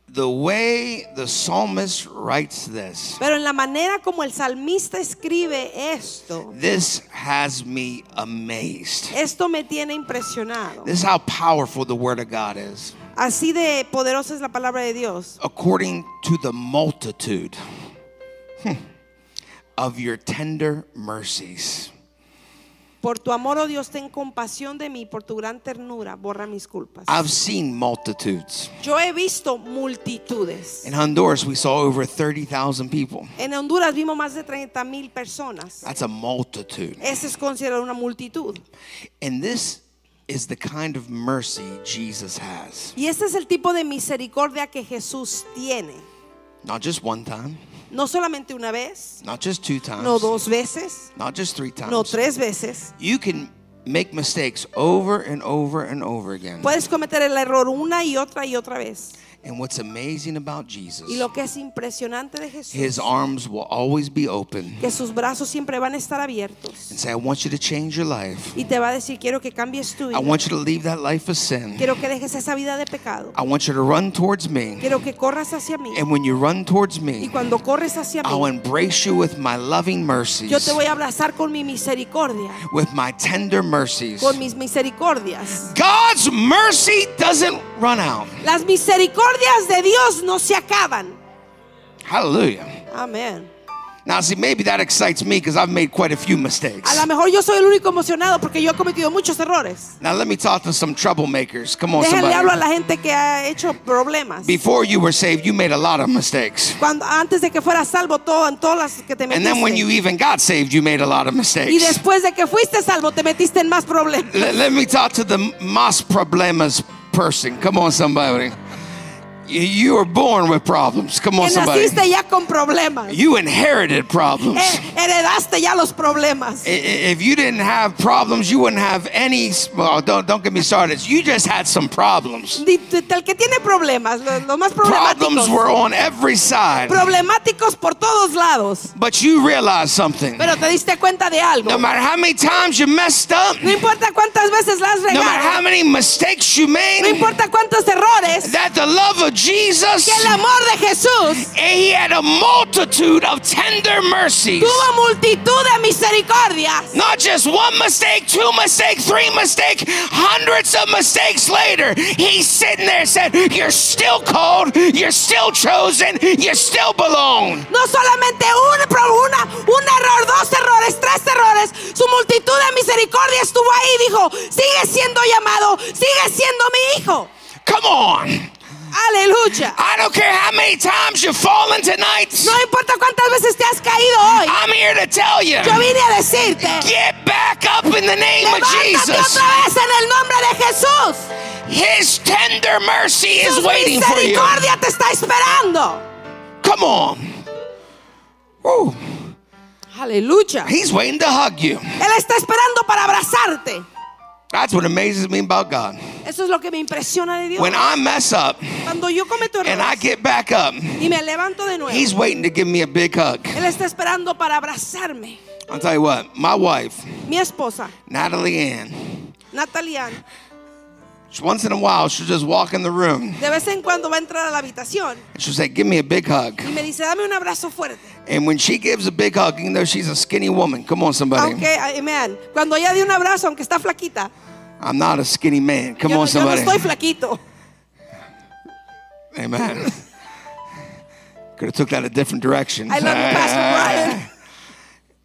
Speaker 4: the way the psalmist writes this,
Speaker 5: Pero en la manera como el salmista escribe esto,
Speaker 4: this has me amazed.
Speaker 5: esto me tiene impresionado.
Speaker 4: This is how powerful the word of God is.
Speaker 5: Así de poderosa es la palabra de Dios.
Speaker 4: According to the multitude hmm, of your tender mercies.
Speaker 5: Por tu amor, oh Dios, ten compasión de mí, por tu gran ternura, borra mis culpas.
Speaker 4: I've seen multitudes.
Speaker 5: Yo he visto multitudes.
Speaker 4: In Honduras, we saw over 30,000 people.
Speaker 5: En Honduras vimos más de 30 mil personas.
Speaker 4: That's a multitude.
Speaker 5: Esa es considerada una multitud.
Speaker 4: And this is the kind of mercy Jesus has.
Speaker 5: Y este es el tipo de misericordia que Jesús tiene.
Speaker 4: Not just one time,
Speaker 5: No solamente una vez,
Speaker 4: not just two times,
Speaker 5: no dos veces,
Speaker 4: not just three times.
Speaker 5: no tres veces.
Speaker 4: You can make mistakes over and over and over again.
Speaker 5: Puedes cometer el error una y otra y otra vez.
Speaker 4: and what's amazing about Jesus,
Speaker 5: Y lo que es impresionante de
Speaker 4: his
Speaker 5: Jesús,
Speaker 4: arms will always be open
Speaker 5: que sus brazos siempre van a estar abiertos.
Speaker 4: and say, I want you to change your life.
Speaker 5: Y te va a decir, quiero que cambies tu
Speaker 4: I
Speaker 5: vida.
Speaker 4: want you to leave that life of sin.
Speaker 5: Quiero que dejes esa vida de pecado.
Speaker 4: I want you to run towards me.
Speaker 5: Quiero que corras hacia mí.
Speaker 4: And when you run towards
Speaker 5: Y
Speaker 4: me,
Speaker 5: cuando corres hacia
Speaker 4: I'll
Speaker 5: mí,
Speaker 4: embrace you with my loving
Speaker 5: yo
Speaker 4: mercies,
Speaker 5: te voy a abrazar con mi misericordia,
Speaker 4: with my tender mercies.
Speaker 5: con mis misericordias.
Speaker 4: God's mercy doesn't run out.
Speaker 5: Las misericordias de Dios no se acaban.
Speaker 4: Hallelujah.
Speaker 5: Amén.
Speaker 4: Now, see, maybe that excites me because I've made quite a few
Speaker 5: A
Speaker 4: mistakes.
Speaker 5: lo mejor yo soy el único emocionado porque yo he cometido muchos errores.
Speaker 4: Now, let me talk to some troublemakers. Come on,
Speaker 5: Déjenle hablo a
Speaker 4: somebody.
Speaker 5: la gente que ha hecho problemas.
Speaker 4: Before you were saved, you made a lot of mistakes.
Speaker 5: Cuando, antes de que fueras salvo, todo, en todas las que te
Speaker 4: And then when you
Speaker 5: metiste.
Speaker 4: even got saved, you made a lot of
Speaker 5: Y
Speaker 4: mistakes.
Speaker 5: después de que fuiste salvo, te metiste en más problemas.
Speaker 4: Let, let me talk to the mas problemas person. Come on, somebody. You, you were born with problems. Come on,
Speaker 5: Que
Speaker 4: somebody.
Speaker 5: naciste ya con problemas.
Speaker 4: You inherited problems.
Speaker 5: Eh, heredaste ya los problemas.
Speaker 4: I- i- If you didn't have problems, you wouldn't have any. Well, don't don't get me started. You just had some problemas.
Speaker 5: Ni- ni- El que tiene problemas, los, los más problemáticos.
Speaker 4: Problems were on every side.
Speaker 5: problemáticos por todos lados.
Speaker 4: But you realized something.
Speaker 5: Pero te diste cuenta de algo.
Speaker 4: No matter how many times you messed up,
Speaker 5: No
Speaker 4: no
Speaker 5: importa cuántas veces las
Speaker 4: matter how
Speaker 5: regado.
Speaker 4: many mistakes you
Speaker 5: No
Speaker 4: made,
Speaker 5: importa cuántos errores.
Speaker 4: that the love of Jesus,
Speaker 5: Que el amor de Jesús
Speaker 4: He had a multitude of tender mercies.
Speaker 5: tuvo multitud de misericordias.
Speaker 4: Not just one mistake, two mistake, three mistake, hundreds of mistakes later, he's sitting there said, "You're still called, you're still chosen, you still belong."
Speaker 5: No solamente una, pro- una, un error, dos errores, tres errores. Su multitud de misericordia estuvo ahí y dijo, sigue siendo llamado, sigue siendo mi hijo.
Speaker 4: Come on.
Speaker 5: Aleluya.
Speaker 4: I don't care how many times you've fallen tonight.
Speaker 5: No importa cuántas veces te has caído hoy.
Speaker 4: I'm here to tell you.
Speaker 5: Yo vine a decirte,
Speaker 4: Get back up in the name of
Speaker 5: levántate
Speaker 4: Jesus.
Speaker 5: otra vez en el nombre de Jesús.
Speaker 4: His tender mercy is
Speaker 5: Su
Speaker 4: waiting for you.
Speaker 5: misericordia te está esperando.
Speaker 4: Come on. Woo.
Speaker 5: Aleluya.
Speaker 4: He's waiting to hug you.
Speaker 5: Él está esperando para abrazarte.
Speaker 4: That's what amazes me about God.
Speaker 5: Eso es lo que me impresiona de Dios.
Speaker 4: When I mess up
Speaker 5: Cuando yo cometo
Speaker 4: and I
Speaker 5: errores
Speaker 4: get back up,
Speaker 5: y me levanto de nuevo,
Speaker 4: He's waiting to give me a big hug.
Speaker 5: Él está esperando para abrazarme.
Speaker 4: I'll tell you what, my wife,
Speaker 5: Mi esposa,
Speaker 4: Natalie Ann,
Speaker 5: Natalian,
Speaker 4: she- once in a while she'll just walk in the room
Speaker 5: de vez en cuando va a entrar a la habitación
Speaker 4: and she'll say, Give me a big hug.
Speaker 5: y me dice, dame un abrazo fuerte.
Speaker 4: And when she gives a big hug, even though she's a skinny woman, come on, somebody.
Speaker 5: Aunque, amén, cuando ella dio un abrazo, aunque está flaquita,
Speaker 4: I'm not a skinny man. Come
Speaker 5: yo, no-
Speaker 4: on,
Speaker 5: yo no
Speaker 4: somebody.
Speaker 5: estoy flaquito.
Speaker 4: Amen. Could have took that a different direction.
Speaker 5: I love you, Pastor Brian.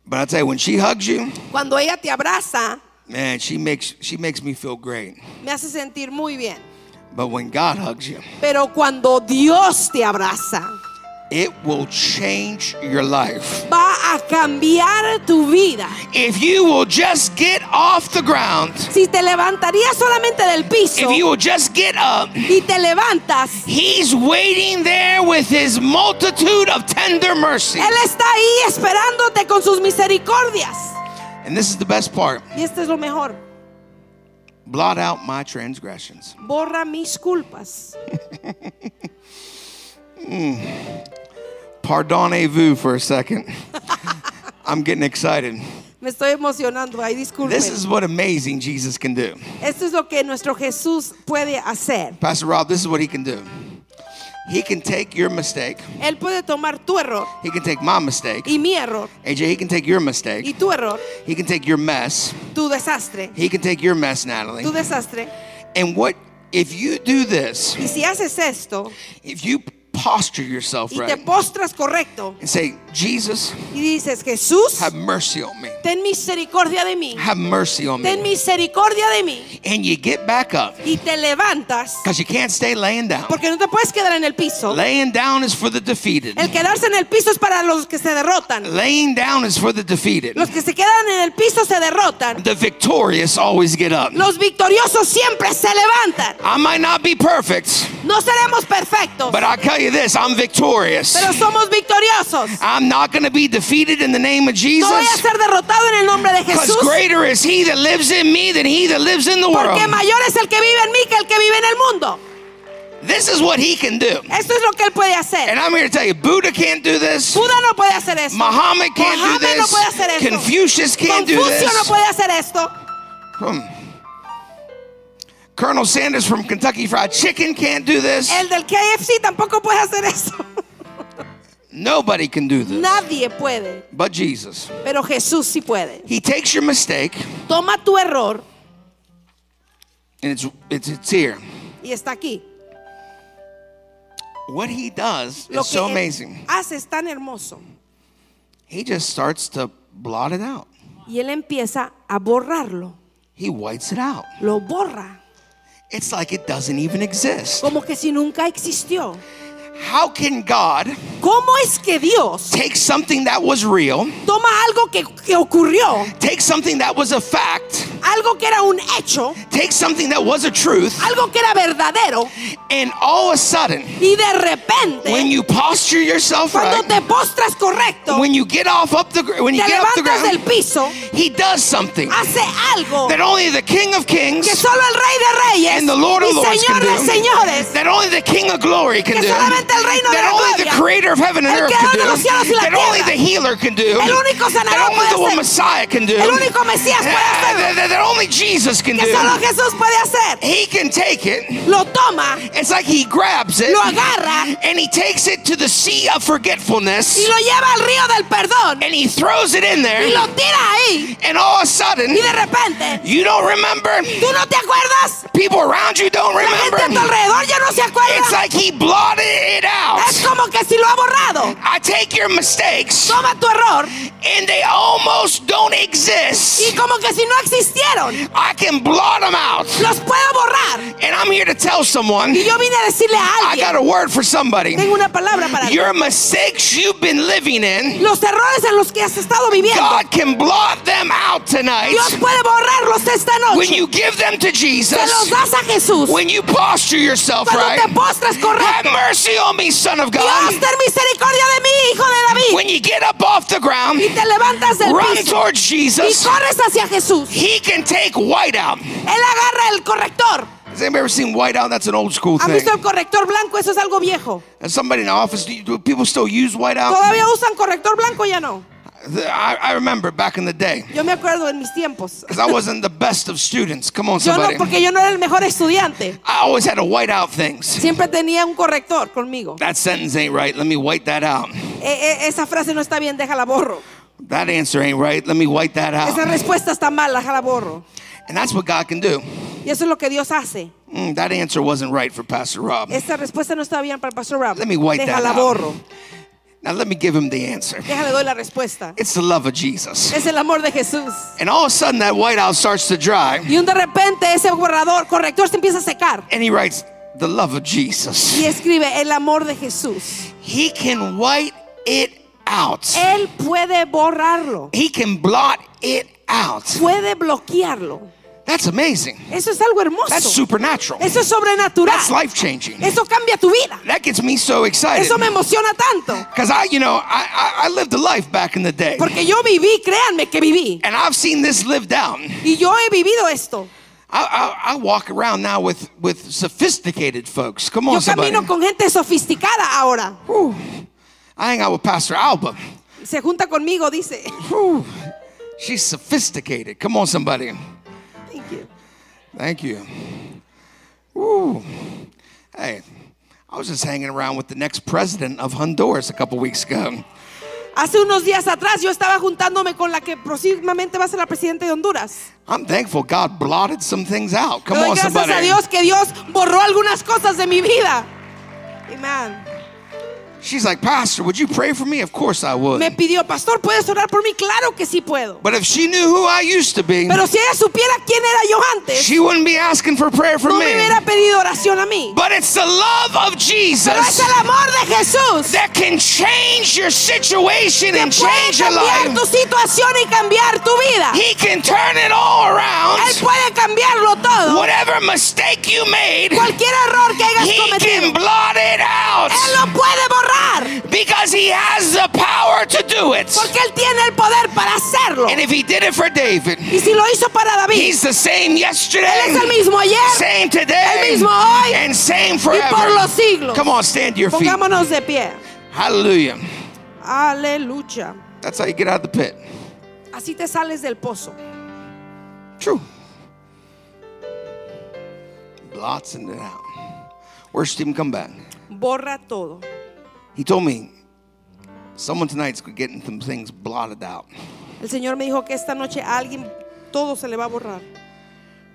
Speaker 4: But I tell you, when she hugs you,
Speaker 8: Cuando ella te abraza,
Speaker 4: man, she makes she makes me feel great.
Speaker 8: me hace sentir muy bien.
Speaker 4: But when God hugs you,
Speaker 8: Pero cuando Dios te abraza,
Speaker 4: it will change your life.
Speaker 8: va a cambiar tu vida.
Speaker 4: If you will just get off the ground,
Speaker 8: Si te levantarías solamente del piso
Speaker 4: if you will just get up,
Speaker 8: y te levantas,
Speaker 4: He's waiting there with His multitude of tender mercy.
Speaker 8: Él está ahí esperándote con sus misericordias.
Speaker 4: And this is the best part
Speaker 8: Y esto es lo mejor.
Speaker 4: blot out my transgressions.
Speaker 8: Borra mis culpas.
Speaker 4: Pardonnez-vous for a second. I'm getting excited.
Speaker 8: Me estoy emocionando ahí, disculpen.
Speaker 4: This is what amazing Jesus can do.
Speaker 8: Esto es lo que nuestro Jesús puede hacer.
Speaker 4: Pastor Rob, this is what he can do. He can take your mistake.
Speaker 8: Él puede tomar tu error
Speaker 4: He can take my mistake.
Speaker 8: y mi error
Speaker 4: AJ, he can take your
Speaker 8: y
Speaker 4: mistake.
Speaker 8: tu error,
Speaker 4: He can take your mess.
Speaker 8: tu desastre,
Speaker 4: He can take your mess, Natalie.
Speaker 8: tu desastre.
Speaker 4: And what if you do this?
Speaker 8: Y si haces esto
Speaker 4: If you posture yourself
Speaker 8: y te
Speaker 4: right
Speaker 8: postras correcto
Speaker 4: and say, "Jesus,
Speaker 8: y dices, Jesús,
Speaker 4: have mercy on me.
Speaker 8: ten misericordia de mí,
Speaker 4: Have mercy on
Speaker 8: ten
Speaker 4: me."
Speaker 8: misericordia de mí
Speaker 4: And you get back up
Speaker 8: y te levantas
Speaker 4: cuz you can't stay laying down.
Speaker 8: porque no te puedes quedar en el piso.
Speaker 4: Laying down is for the defeated.
Speaker 8: El quedarse en el piso es para los que se derrotan.
Speaker 4: Laying down is for the defeated.
Speaker 8: Los que se quedan en el piso se derrotan.
Speaker 4: The victorious always get up.
Speaker 8: Los victoriosos siempre se levantan.
Speaker 4: I might not be perfect,
Speaker 8: No seremos perfectos,
Speaker 4: but I'll tell you this I'm victorious.
Speaker 8: pero somos victoriosos.
Speaker 4: I'm not going to be defeated in the name of
Speaker 8: No voy a
Speaker 4: Ah, Jesus
Speaker 8: ser derrotado en el nombre de
Speaker 4: because
Speaker 8: Jesús.
Speaker 4: greater is He that lives in me than He that lives in the world.
Speaker 8: Porque mayor es el que vive en mí que el que vive en el mundo.
Speaker 4: This is what He can do.
Speaker 8: Esto es lo que él puede hacer.
Speaker 4: And I'm here to tell you Buddha can't do this,
Speaker 8: Buda no puede hacer esto.
Speaker 4: Muhammad can't
Speaker 8: Mohammed
Speaker 4: do
Speaker 8: no
Speaker 4: this,
Speaker 8: puede hacer esto.
Speaker 4: Confucius can't do
Speaker 8: Confucio no
Speaker 4: this.
Speaker 8: puede hacer esto.
Speaker 4: Hmm. Colonel Sanders from Kentucky Fried Chicken can't do this.
Speaker 8: El del KFC tampoco puede hacer esto.
Speaker 4: Nobody can do this
Speaker 8: Nadie puede,
Speaker 4: but Jesus.
Speaker 8: pero Jesús sí puede.
Speaker 4: He takes your mistake
Speaker 8: Toma tu error
Speaker 4: and it's it's it's here.
Speaker 8: y está aquí.
Speaker 4: What he does
Speaker 8: Lo
Speaker 4: is so
Speaker 8: que él
Speaker 4: amazing.
Speaker 8: hace es tan hermoso.
Speaker 4: He just starts to blot it out.
Speaker 8: Y él empieza a borrarlo.
Speaker 4: He whites it out.
Speaker 8: Lo borra.
Speaker 4: It's like it doesn't even exist.
Speaker 8: Como que si nunca existió.
Speaker 4: How can God
Speaker 8: ¿Cómo es que Dios
Speaker 4: take something that was real,
Speaker 8: toma algo que, que ocurrió,
Speaker 4: take something that was a fact,
Speaker 8: algo que era un hecho,
Speaker 4: take something that was a truth,
Speaker 8: algo que era verdadero,
Speaker 4: and all of a sudden,
Speaker 8: y de repente,
Speaker 4: when you posture yourself
Speaker 8: cuando
Speaker 4: right,
Speaker 8: te postras correcto,
Speaker 4: when you get off up the gr- when
Speaker 8: te
Speaker 4: you get up the
Speaker 8: levantas del
Speaker 4: ground,
Speaker 8: piso,
Speaker 4: he does something
Speaker 8: hace algo
Speaker 4: that only the King of
Speaker 8: que
Speaker 4: Kings
Speaker 8: solo el Rey de Reyes
Speaker 4: and the Lord of
Speaker 8: y
Speaker 4: Lords
Speaker 8: Señor
Speaker 4: can
Speaker 8: de
Speaker 4: do.
Speaker 8: Señores,
Speaker 4: That only the King of Glory can
Speaker 8: Que
Speaker 4: do.
Speaker 8: solamente el reino de
Speaker 4: That
Speaker 8: la gloria.
Speaker 4: only the Creator of heaven and
Speaker 8: El
Speaker 4: earth
Speaker 8: creador
Speaker 4: can
Speaker 8: de
Speaker 4: do.
Speaker 8: los cielos y la
Speaker 4: That only
Speaker 8: tierra.
Speaker 4: the Healer can do.
Speaker 8: El único
Speaker 4: that
Speaker 8: sanador
Speaker 4: only the
Speaker 8: puede
Speaker 4: Messiah can do. Ah,
Speaker 8: El único Mesías puede
Speaker 4: that,
Speaker 8: hacerlo.
Speaker 4: that- that only Jesus can
Speaker 8: que
Speaker 4: do.
Speaker 8: solo Jesús puede hacer,
Speaker 4: He can take it.
Speaker 8: lo toma
Speaker 4: It's like he grabs it
Speaker 8: Lo agarra.
Speaker 4: and he takes it to the sea of
Speaker 8: y
Speaker 4: forgetfulness
Speaker 8: lo lleva al río del perdón
Speaker 4: and he throws it in
Speaker 8: y
Speaker 4: there
Speaker 8: lo tira ahí
Speaker 4: and all of a sudden
Speaker 8: y de repente
Speaker 4: you don't remember.
Speaker 8: tú no te acuerdas,
Speaker 4: People around you don't
Speaker 8: la gente a tu
Speaker 4: remember.
Speaker 8: alrededor ya no se
Speaker 4: It's
Speaker 8: acuerda,
Speaker 4: like he blotted it out.
Speaker 8: es como que si lo ha borrado.
Speaker 4: I take your mistakes
Speaker 8: Toma tu error
Speaker 4: and they almost don't exist.
Speaker 8: y como que si no existieron,
Speaker 4: I can blot them out.
Speaker 8: los puedo borrar.
Speaker 4: And I'm here to tell someone
Speaker 8: Y yo vine a decirle a
Speaker 4: I got
Speaker 8: alguien,
Speaker 4: a word for somebody.
Speaker 8: tengo una palabra para ti.
Speaker 4: Your mistakes you've been living in,
Speaker 8: Los errores en los que has estado viviendo,
Speaker 4: God can blot them out
Speaker 8: Dios
Speaker 4: tonight
Speaker 8: puede borrarlos esta noche.
Speaker 4: when you give them to
Speaker 8: Se los
Speaker 4: Jesus,
Speaker 8: das a Jesús.
Speaker 4: when you posture yourself right.
Speaker 8: Cuando te postras
Speaker 4: Have
Speaker 8: correcto.
Speaker 4: mercy on me, son of
Speaker 8: Dios,
Speaker 4: God.
Speaker 8: ten misericordia de mí, hijo de David.
Speaker 4: When you get up off the ground,
Speaker 8: Y te levantas del
Speaker 4: run
Speaker 8: piso
Speaker 4: towards
Speaker 8: y
Speaker 4: Jesus.
Speaker 8: corres hacia Jesús.
Speaker 4: He can take white out.
Speaker 8: Él agarra el corrector.
Speaker 4: Has anybody ever seen white out? That's an old school
Speaker 8: ¿Han
Speaker 4: thing.
Speaker 8: visto el corrector blanco? Eso es algo viejo.
Speaker 4: And somebody in the office, do, you- do people still use whiteout?
Speaker 8: ¿Todavía usan corrector blanco? Ya no.
Speaker 4: I, I remember back in the day,
Speaker 8: Yo me acuerdo en mis tiempos.
Speaker 4: because I wasn't the best of students. Come on,
Speaker 8: Yo no,
Speaker 4: somebody.
Speaker 8: porque yo no era el mejor estudiante.
Speaker 4: I always had to white out things.
Speaker 8: Siempre tenía un corrector conmigo.
Speaker 4: That sentence ain't right. Let me white that out.
Speaker 8: Eh, eh, esa frase no está bien, déjala borro.
Speaker 4: That answer ain't right. Let me white that
Speaker 8: Esa
Speaker 4: out.
Speaker 8: respuesta está mal, déjala borro.
Speaker 4: And that's what God can do.
Speaker 8: Y eso es lo que Dios hace.
Speaker 4: Mm, that answer wasn't right for Pastor Rob.
Speaker 8: Esa respuesta no está bien para el pastor Rob.
Speaker 4: Let me wipe that
Speaker 8: Déjala
Speaker 4: out.
Speaker 8: borro.
Speaker 4: Now let me give him the answer.
Speaker 5: Déjale doy la respuesta.
Speaker 4: It's the love of Jesus.
Speaker 5: Es el amor de Jesús.
Speaker 4: And all of a sudden that whiteout starts to dry
Speaker 5: Y un de repente ese borrador corrector se empieza a secar.
Speaker 4: and he writes the love of
Speaker 5: Y
Speaker 4: Jesus.
Speaker 5: escribe el amor de Jesús.
Speaker 4: He can white it out.
Speaker 5: Él puede borrarlo.
Speaker 4: He can blot it out.
Speaker 5: Puede bloquearlo.
Speaker 4: That's amazing.
Speaker 5: Eso es algo
Speaker 4: That's
Speaker 5: hermoso.
Speaker 4: supernatural.
Speaker 5: Eso es sobrenatural.
Speaker 4: That's life changing.
Speaker 5: Eso cambia tu vida.
Speaker 4: That gets me so excited.
Speaker 5: Eso me emociona tanto.
Speaker 4: Because I, you know, I, I, I lived a life back in the day.
Speaker 5: Porque yo viví, créanme que viví.
Speaker 4: And I've seen this lived out. I,
Speaker 5: Y yo he vivido esto.
Speaker 4: I, I walk around now with, with sophisticated folks. Come
Speaker 5: Yo
Speaker 4: on, somebody.
Speaker 5: camino con gente sofisticada ahora.
Speaker 4: Whew. I hang out with Pastor Alba.
Speaker 5: Se junta conmigo, dice.
Speaker 4: Whew. She's sophisticated. Come on, somebody.
Speaker 5: Thank you.
Speaker 4: Thank you. Woo. Hey, I was just hanging around with the next president of Honduras a couple weeks ago.
Speaker 5: Hace unos días atrás yo estaba juntándome con la que próximamente va a ser la presidenta de Honduras.
Speaker 4: I'm thankful God blotted some things out. Come
Speaker 5: Le doy
Speaker 4: on,
Speaker 5: gracias
Speaker 4: somebody.
Speaker 5: a Dios que Dios borró algunas cosas de mi vida. Amén.
Speaker 4: She's like, Pastor, would you pray for me? Of course I would.
Speaker 5: Me pidió, pastor, ¿puedes orar por mí? Claro que sí puedo.
Speaker 4: But if she knew who I used to be,
Speaker 5: Pero si ella supiera quién era yo antes,
Speaker 4: she wouldn't be asking for prayer for
Speaker 5: no me
Speaker 4: me.
Speaker 5: hubiera pedido oración a mí.
Speaker 4: But it's the love
Speaker 5: Pero
Speaker 4: of
Speaker 5: es
Speaker 4: Jesus
Speaker 5: el amor de Jesús
Speaker 4: that can change your situation
Speaker 5: que
Speaker 4: and
Speaker 5: puede
Speaker 4: change your
Speaker 5: cambiar
Speaker 4: life.
Speaker 5: tu situación y cambiar tu vida.
Speaker 4: He can turn it all
Speaker 5: Él
Speaker 4: around.
Speaker 5: puede cambiarlo todo.
Speaker 4: Whatever mistake you made,
Speaker 5: Cualquier error que hayas
Speaker 4: He can
Speaker 5: cometido,
Speaker 4: blot it out
Speaker 5: Él lo puede borrar.
Speaker 4: because he has the power to do it.
Speaker 5: Porque Él tiene el poder para hacerlo.
Speaker 4: And if he did it for David,
Speaker 5: Y si lo hizo para David,
Speaker 4: he's the same yesterday,
Speaker 5: Él es el mismo ayer
Speaker 4: same today,
Speaker 5: el mismo hoy
Speaker 4: and
Speaker 5: y
Speaker 4: same
Speaker 5: por los
Speaker 4: forever.
Speaker 5: siglos.
Speaker 4: Come on, stand to your feet.
Speaker 5: Pongámonos de pie.
Speaker 4: Hallelujah.
Speaker 5: Aleluya.
Speaker 4: That's how you get out of the pit.
Speaker 5: Así te sales del pozo.
Speaker 4: True. Blots it out. Where's Stephen come back?
Speaker 5: Borra todo.
Speaker 4: He told me someone tonight's getting some things blotted out.
Speaker 5: El Señor me dijo que esta noche a alguien todo se le va a borrar.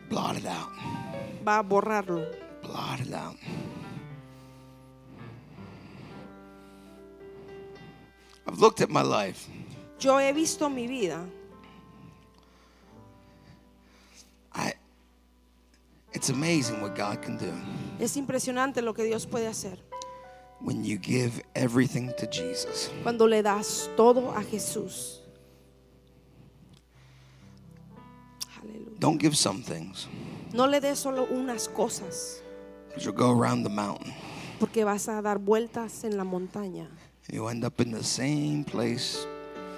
Speaker 4: Blotted out.
Speaker 5: Va a borrarlo.
Speaker 4: blotted out. I've looked at my life.
Speaker 5: Yo he visto mi vida.
Speaker 4: I it's amazing what God can do
Speaker 5: Es impresionante lo que Dios puede hacer
Speaker 4: when you give everything to Jesus.
Speaker 5: cuando le das todo a Jesús. Aleluya.
Speaker 4: Don't give some things,
Speaker 5: No le des solo unas cosas,
Speaker 4: 'cause you'll go around the mountain.
Speaker 5: porque vas a dar vueltas en la montaña
Speaker 4: You end up in the same place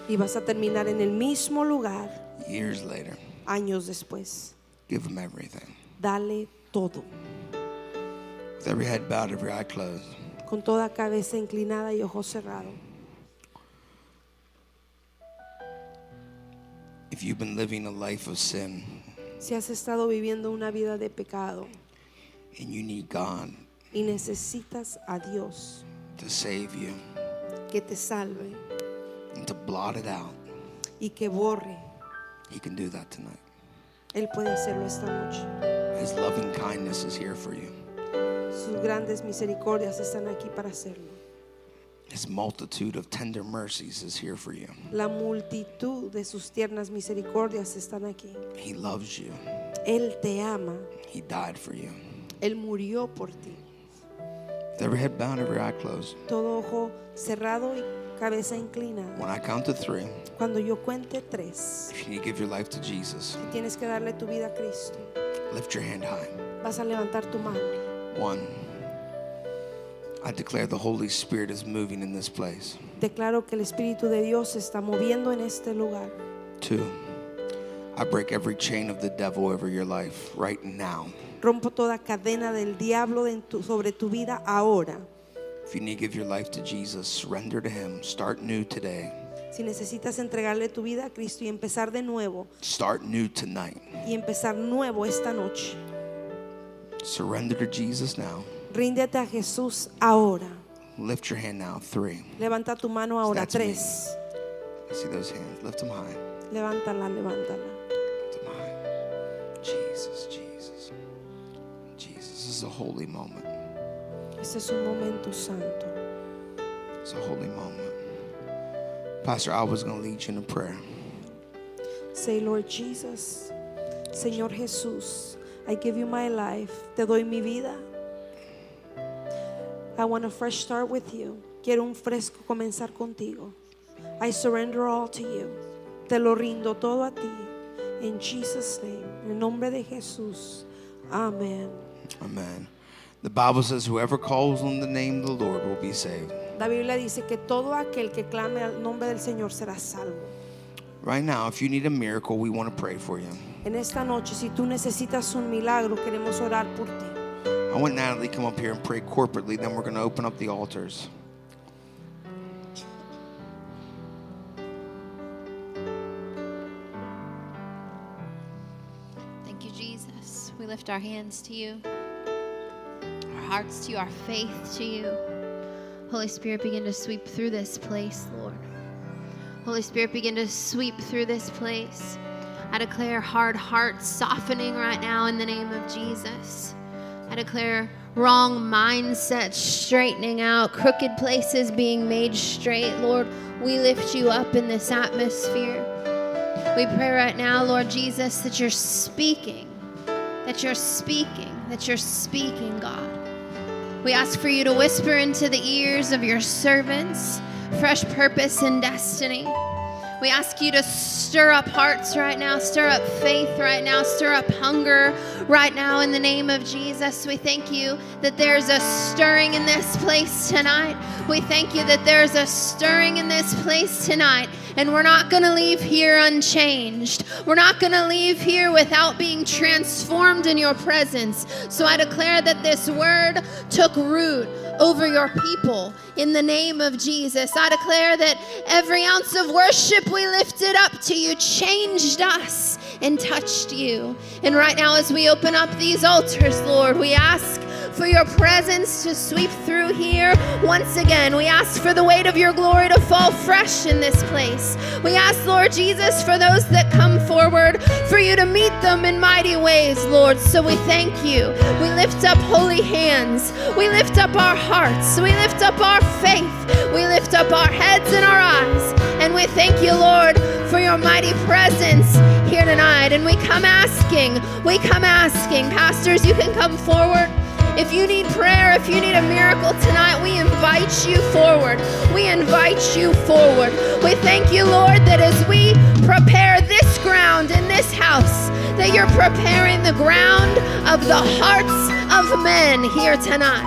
Speaker 5: y vas a terminar en el mismo lugar
Speaker 4: years later.
Speaker 5: años después.
Speaker 4: Give him everything.
Speaker 5: Dale todo,
Speaker 4: With every head bowed, every eye closed.
Speaker 5: con toda cabeza inclinada y ojo cerrado.
Speaker 4: If you've been living a life of sin
Speaker 5: Si has estado viviendo una vida de pecado
Speaker 4: and you need God
Speaker 5: y necesitas a Dios
Speaker 4: to save you
Speaker 5: que te salve
Speaker 4: and to blot it out,
Speaker 5: y que borre,
Speaker 4: he can do that tonight.
Speaker 5: Él puede hacerlo esta noche.
Speaker 4: His loving kindness is here for you.
Speaker 5: Sus grandes misericordias están aquí para hacerlo.
Speaker 4: His multitude of tender mercies is here for you.
Speaker 5: La multitud de sus tiernas misericordias están aquí.
Speaker 4: He loves you.
Speaker 5: Él te ama.
Speaker 4: He died for you.
Speaker 5: Él murió por ti.
Speaker 4: With every head bowed, every eye closed.
Speaker 5: Todo ojo cerrado y cabeza inclinada.
Speaker 4: When I count to three,
Speaker 5: Cuando yo cuente tres,
Speaker 4: if you need to give your life to Jesus,
Speaker 5: tienes que darle tu vida a Cristo.
Speaker 4: lift your hand high.
Speaker 5: Vas a levantar tu mano.
Speaker 4: One. I declare the Holy Spirit is moving in this place.
Speaker 5: Declaro que el Espíritu de Dios se está moviendo en este lugar.
Speaker 4: Two. I break every chain of the devil over your life right now.
Speaker 5: Rompo toda cadena del diablo en tu- sobre tu vida ahora.
Speaker 4: If you need to give your life to Jesus, surrender to Him. Start new today.
Speaker 5: Si necesitas entregarle tu vida a Cristo y empezar de nuevo,
Speaker 4: Start new tonight.
Speaker 5: y empezar nuevo esta noche.
Speaker 4: Surrender to Jesus now.
Speaker 5: Ríndete a Jesús ahora.
Speaker 4: Lift your hand now. Three.
Speaker 5: Levanta tu mano ahora.
Speaker 4: That's me.
Speaker 5: Tres.
Speaker 4: I see those hands. Lift them high.
Speaker 5: Levántala, levántala.
Speaker 4: Lift them high. Jesus, Jesus. Jesus. This is a holy moment.
Speaker 5: Este es un momento santo.
Speaker 4: It's a holy moment. Pastor, I was going to lead you in a prayer.
Speaker 5: Say, Lord Jesus, Señor Jesús, I give you my life. Te doy mi vida. I want a fresh start with you. Quiero un fresco comenzar contigo. I surrender all to you. Te lo rindo todo a ti. In Jesus' name. En el nombre de Jesús. Amén.
Speaker 4: Amen. The Bible says, whoever calls on the name of the Lord will be saved.
Speaker 5: La Biblia dice que todo aquel que clame al nombre del Señor será salvo.
Speaker 4: Right now, if you need a miracle, we want to pray for you.
Speaker 5: En esta noche, si tú necesitas un milagro, queremos orar por ti.
Speaker 4: I want Natalie to come up here and pray corporately, then we're going to open up the altars.
Speaker 9: Thank you, Jesus. We lift our hands to you, our hearts to you, our faith to you. Holy Spirit, begin to sweep through this place, Lord. Holy Spirit, begin to sweep through this place. I declare hard hearts softening right now in the name of Jesus. I declare wrong mindsets straightening out, crooked places being made straight. Lord, we lift you up in this atmosphere. We pray right now, Lord Jesus, that you're speaking, that you're speaking, that you're speaking, God. We ask for you to whisper into the ears of your servants fresh purpose and destiny. We ask you to stir up hearts right now, stir up faith right now, stir up hunger right now in the name of Jesus. We thank you that there's a stirring in this place tonight. We thank you that there's a stirring in this place tonight. And we're not going to leave here unchanged. We're not going to leave here without being transformed in your presence. So I declare that this word took root over your people in the name of Jesus. I declare that every ounce of worship we lifted up to you changed us and touched you. And right now, as we open up these altars, Lord, we ask for your presence to sweep through here once again. We ask for the weight of your glory to fall fresh in this place. We ask, Lord Jesus, for those that come forward, for you to meet them in mighty ways, Lord. So we thank you. We lift up holy hands. We lift up our hearts. We lift up our faith. We lift up our heads and our eyes. And we thank you, Lord, for your mighty presence here tonight. And we come asking, we come asking. Pastors, you can come forward. If you need prayer, if you need a miracle tonight, we invite you forward. We invite you forward. We thank you, Lord, that as we prepare this ground in this house, that you're preparing the ground of the hearts of men here tonight.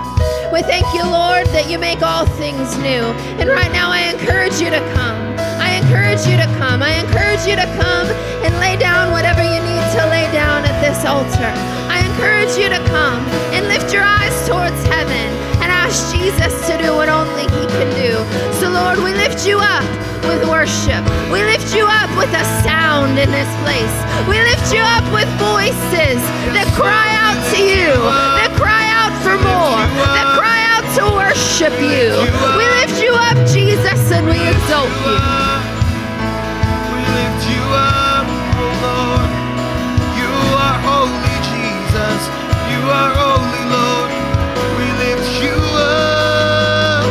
Speaker 9: We thank you, Lord, that you make all things new. And right now, I encourage you to come. I encourage you to come. I encourage you to come and lay down whatever you need to lay down at this altar. I encourage you to come and lift your eyes towards heaven and ask Jesus to do what only He can do. So, Lord, we lift you up with worship. We lift you up with a sound in this place. We lift you up with voices that cry out to you, that cry out for more, that cry out to worship you. We lift you up, Jesus, and we exalt you.
Speaker 3: We lift you up, oh Lord. You are holy, Jesus. You are holy, Lord. We lift you up.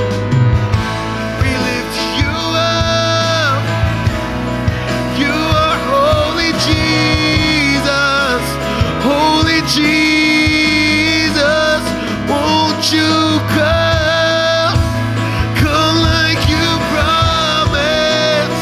Speaker 3: We lift you up. You are holy, Jesus. Holy Jesus. Won't you come? Come like you promised.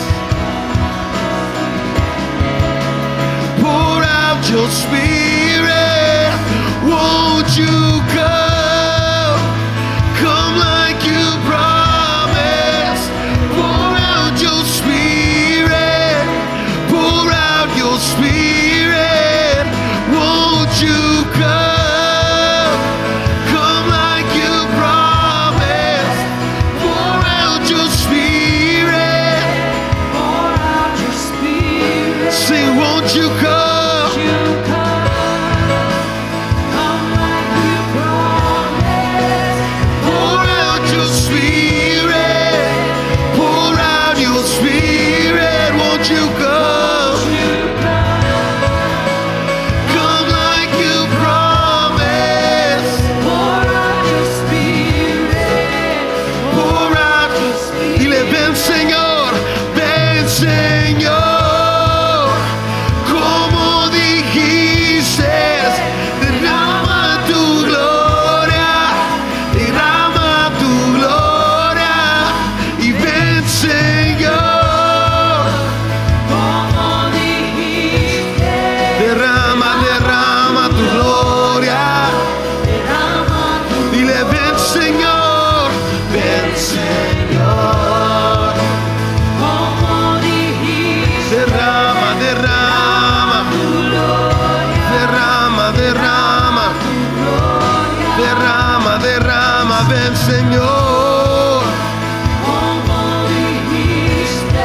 Speaker 3: el Señor.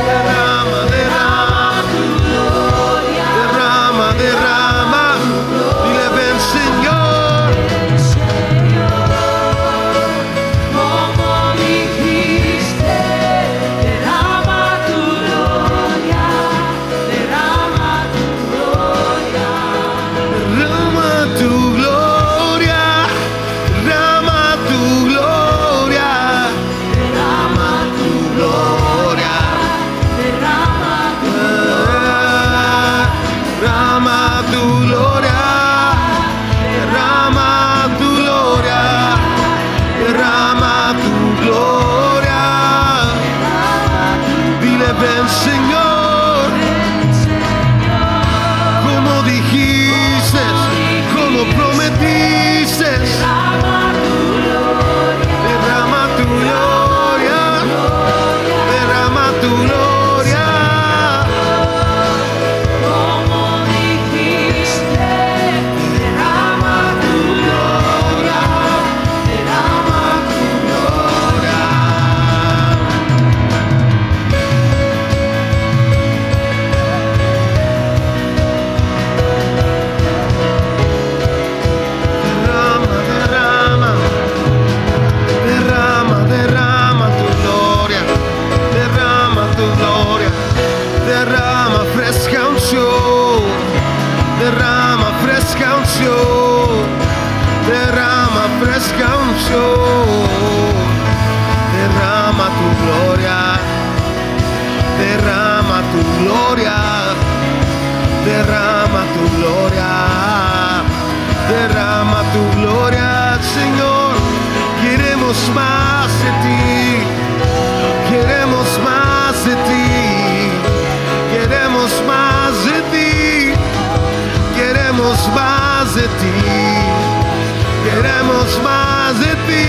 Speaker 3: Derrama, derrama, derrama, derrama, dile ven Señor. Derrama tu gloria, derrama tu gloria, derrama tu gloria, derrama tu gloria, derrama tu gloria, derrama tu gloria, derrama tu gloria, dile ven Señor. Como dijiste, como prometiste, derrama tu gloria, ε, derrama tu gloria, como dijiste, derrama tu gloria, derrama tu gloria. Derrama, derrama, derrama, derrama tu gloria, derrama tu gloria, derrama fresca unción, derrama fresca unción, derrama fresca unción, derrama tu gloria, derrama tu gloria derrama tu gloria, derrama tu gloria, Señor. Queremos más de ti, queremos más de ti, queremos más de ti, queremos más de ti, queremos más de ti,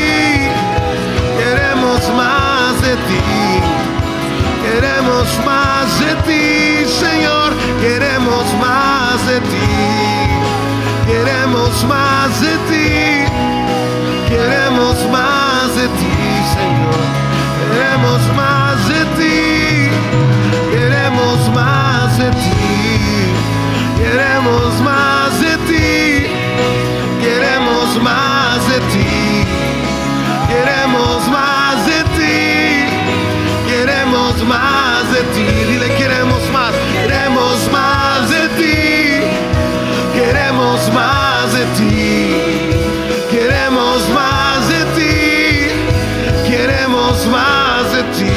Speaker 3: queremos más de ti. Queremos más de ti, Señor. Queremos más de ti. Queremos más de ti. Queremos más de ti, Señor. Queremos más de ti. Queremos más de ti. Queremos más de ti. Queremos más de ti. Queremos más de ti. Queremos más de ti, dile queremos más, queremos más de ti, queremos más de ti, queremos más de ti, queremos más de ti,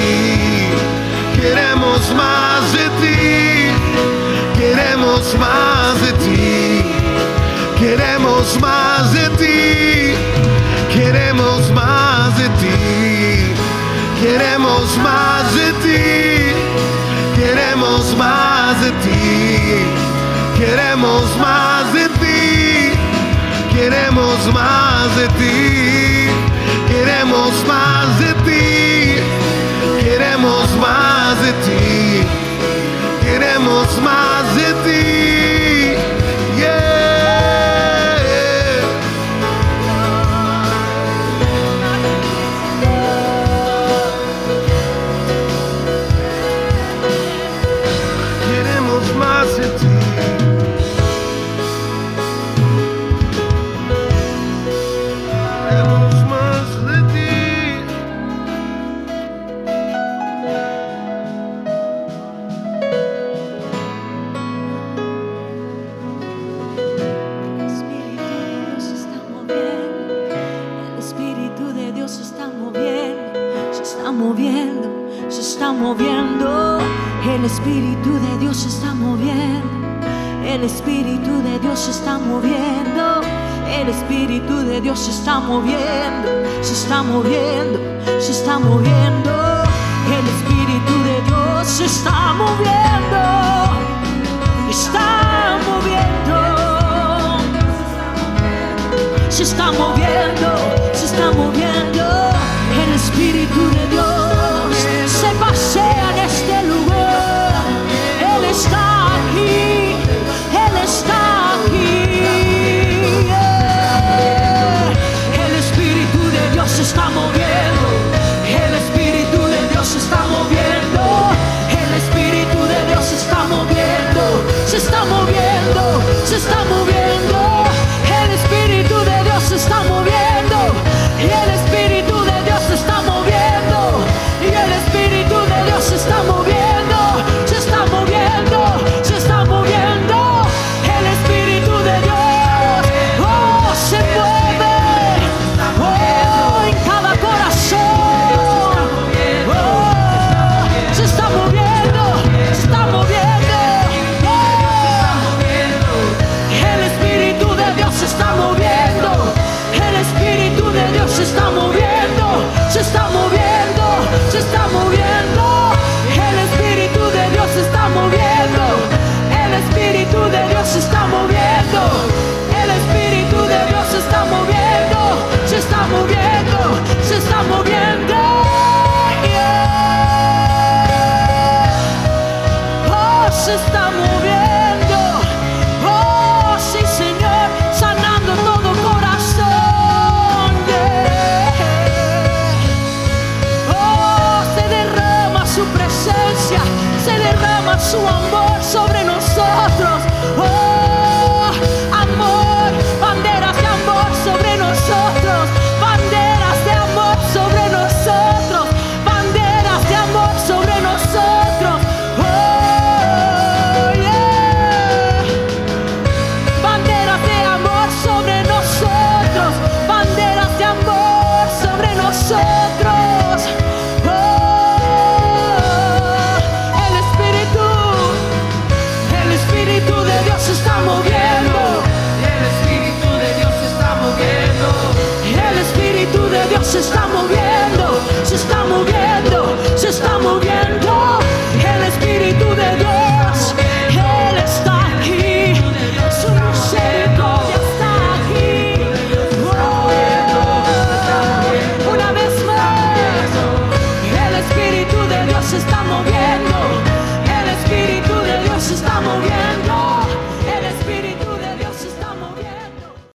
Speaker 3: queremos más de ti, queremos más de ti, queremos más de ti, queremos más de ti. Queremos más de ti, queremos más de ti, queremos más de ti, queremos más de ti, queremos más de ti, queremos más de ti, queremos más de ti. Yeah. queremos más de ti. Queremos más de ti.
Speaker 1: El Espíritu de Dios se está moviendo, el Espíritu de Dios se está moviendo, se está moviendo, se está moviendo, el Espíritu de Dios se está moviendo, el Espíritu de Dios se está moviendo, el Espíritu de Dios se está moviendo, se está moviendo, se está moviendo, el Espíritu de Dios se está moviendo está moviendo, se está moviendo, se está moviendo. El Espíritu de Dios se pasea en este lugar. Él está aquí, Él está aquí. yeah. El Espíritu de Dios se está moviendo. Oh, derrama su amor sobre nosotros. Oh, Oh,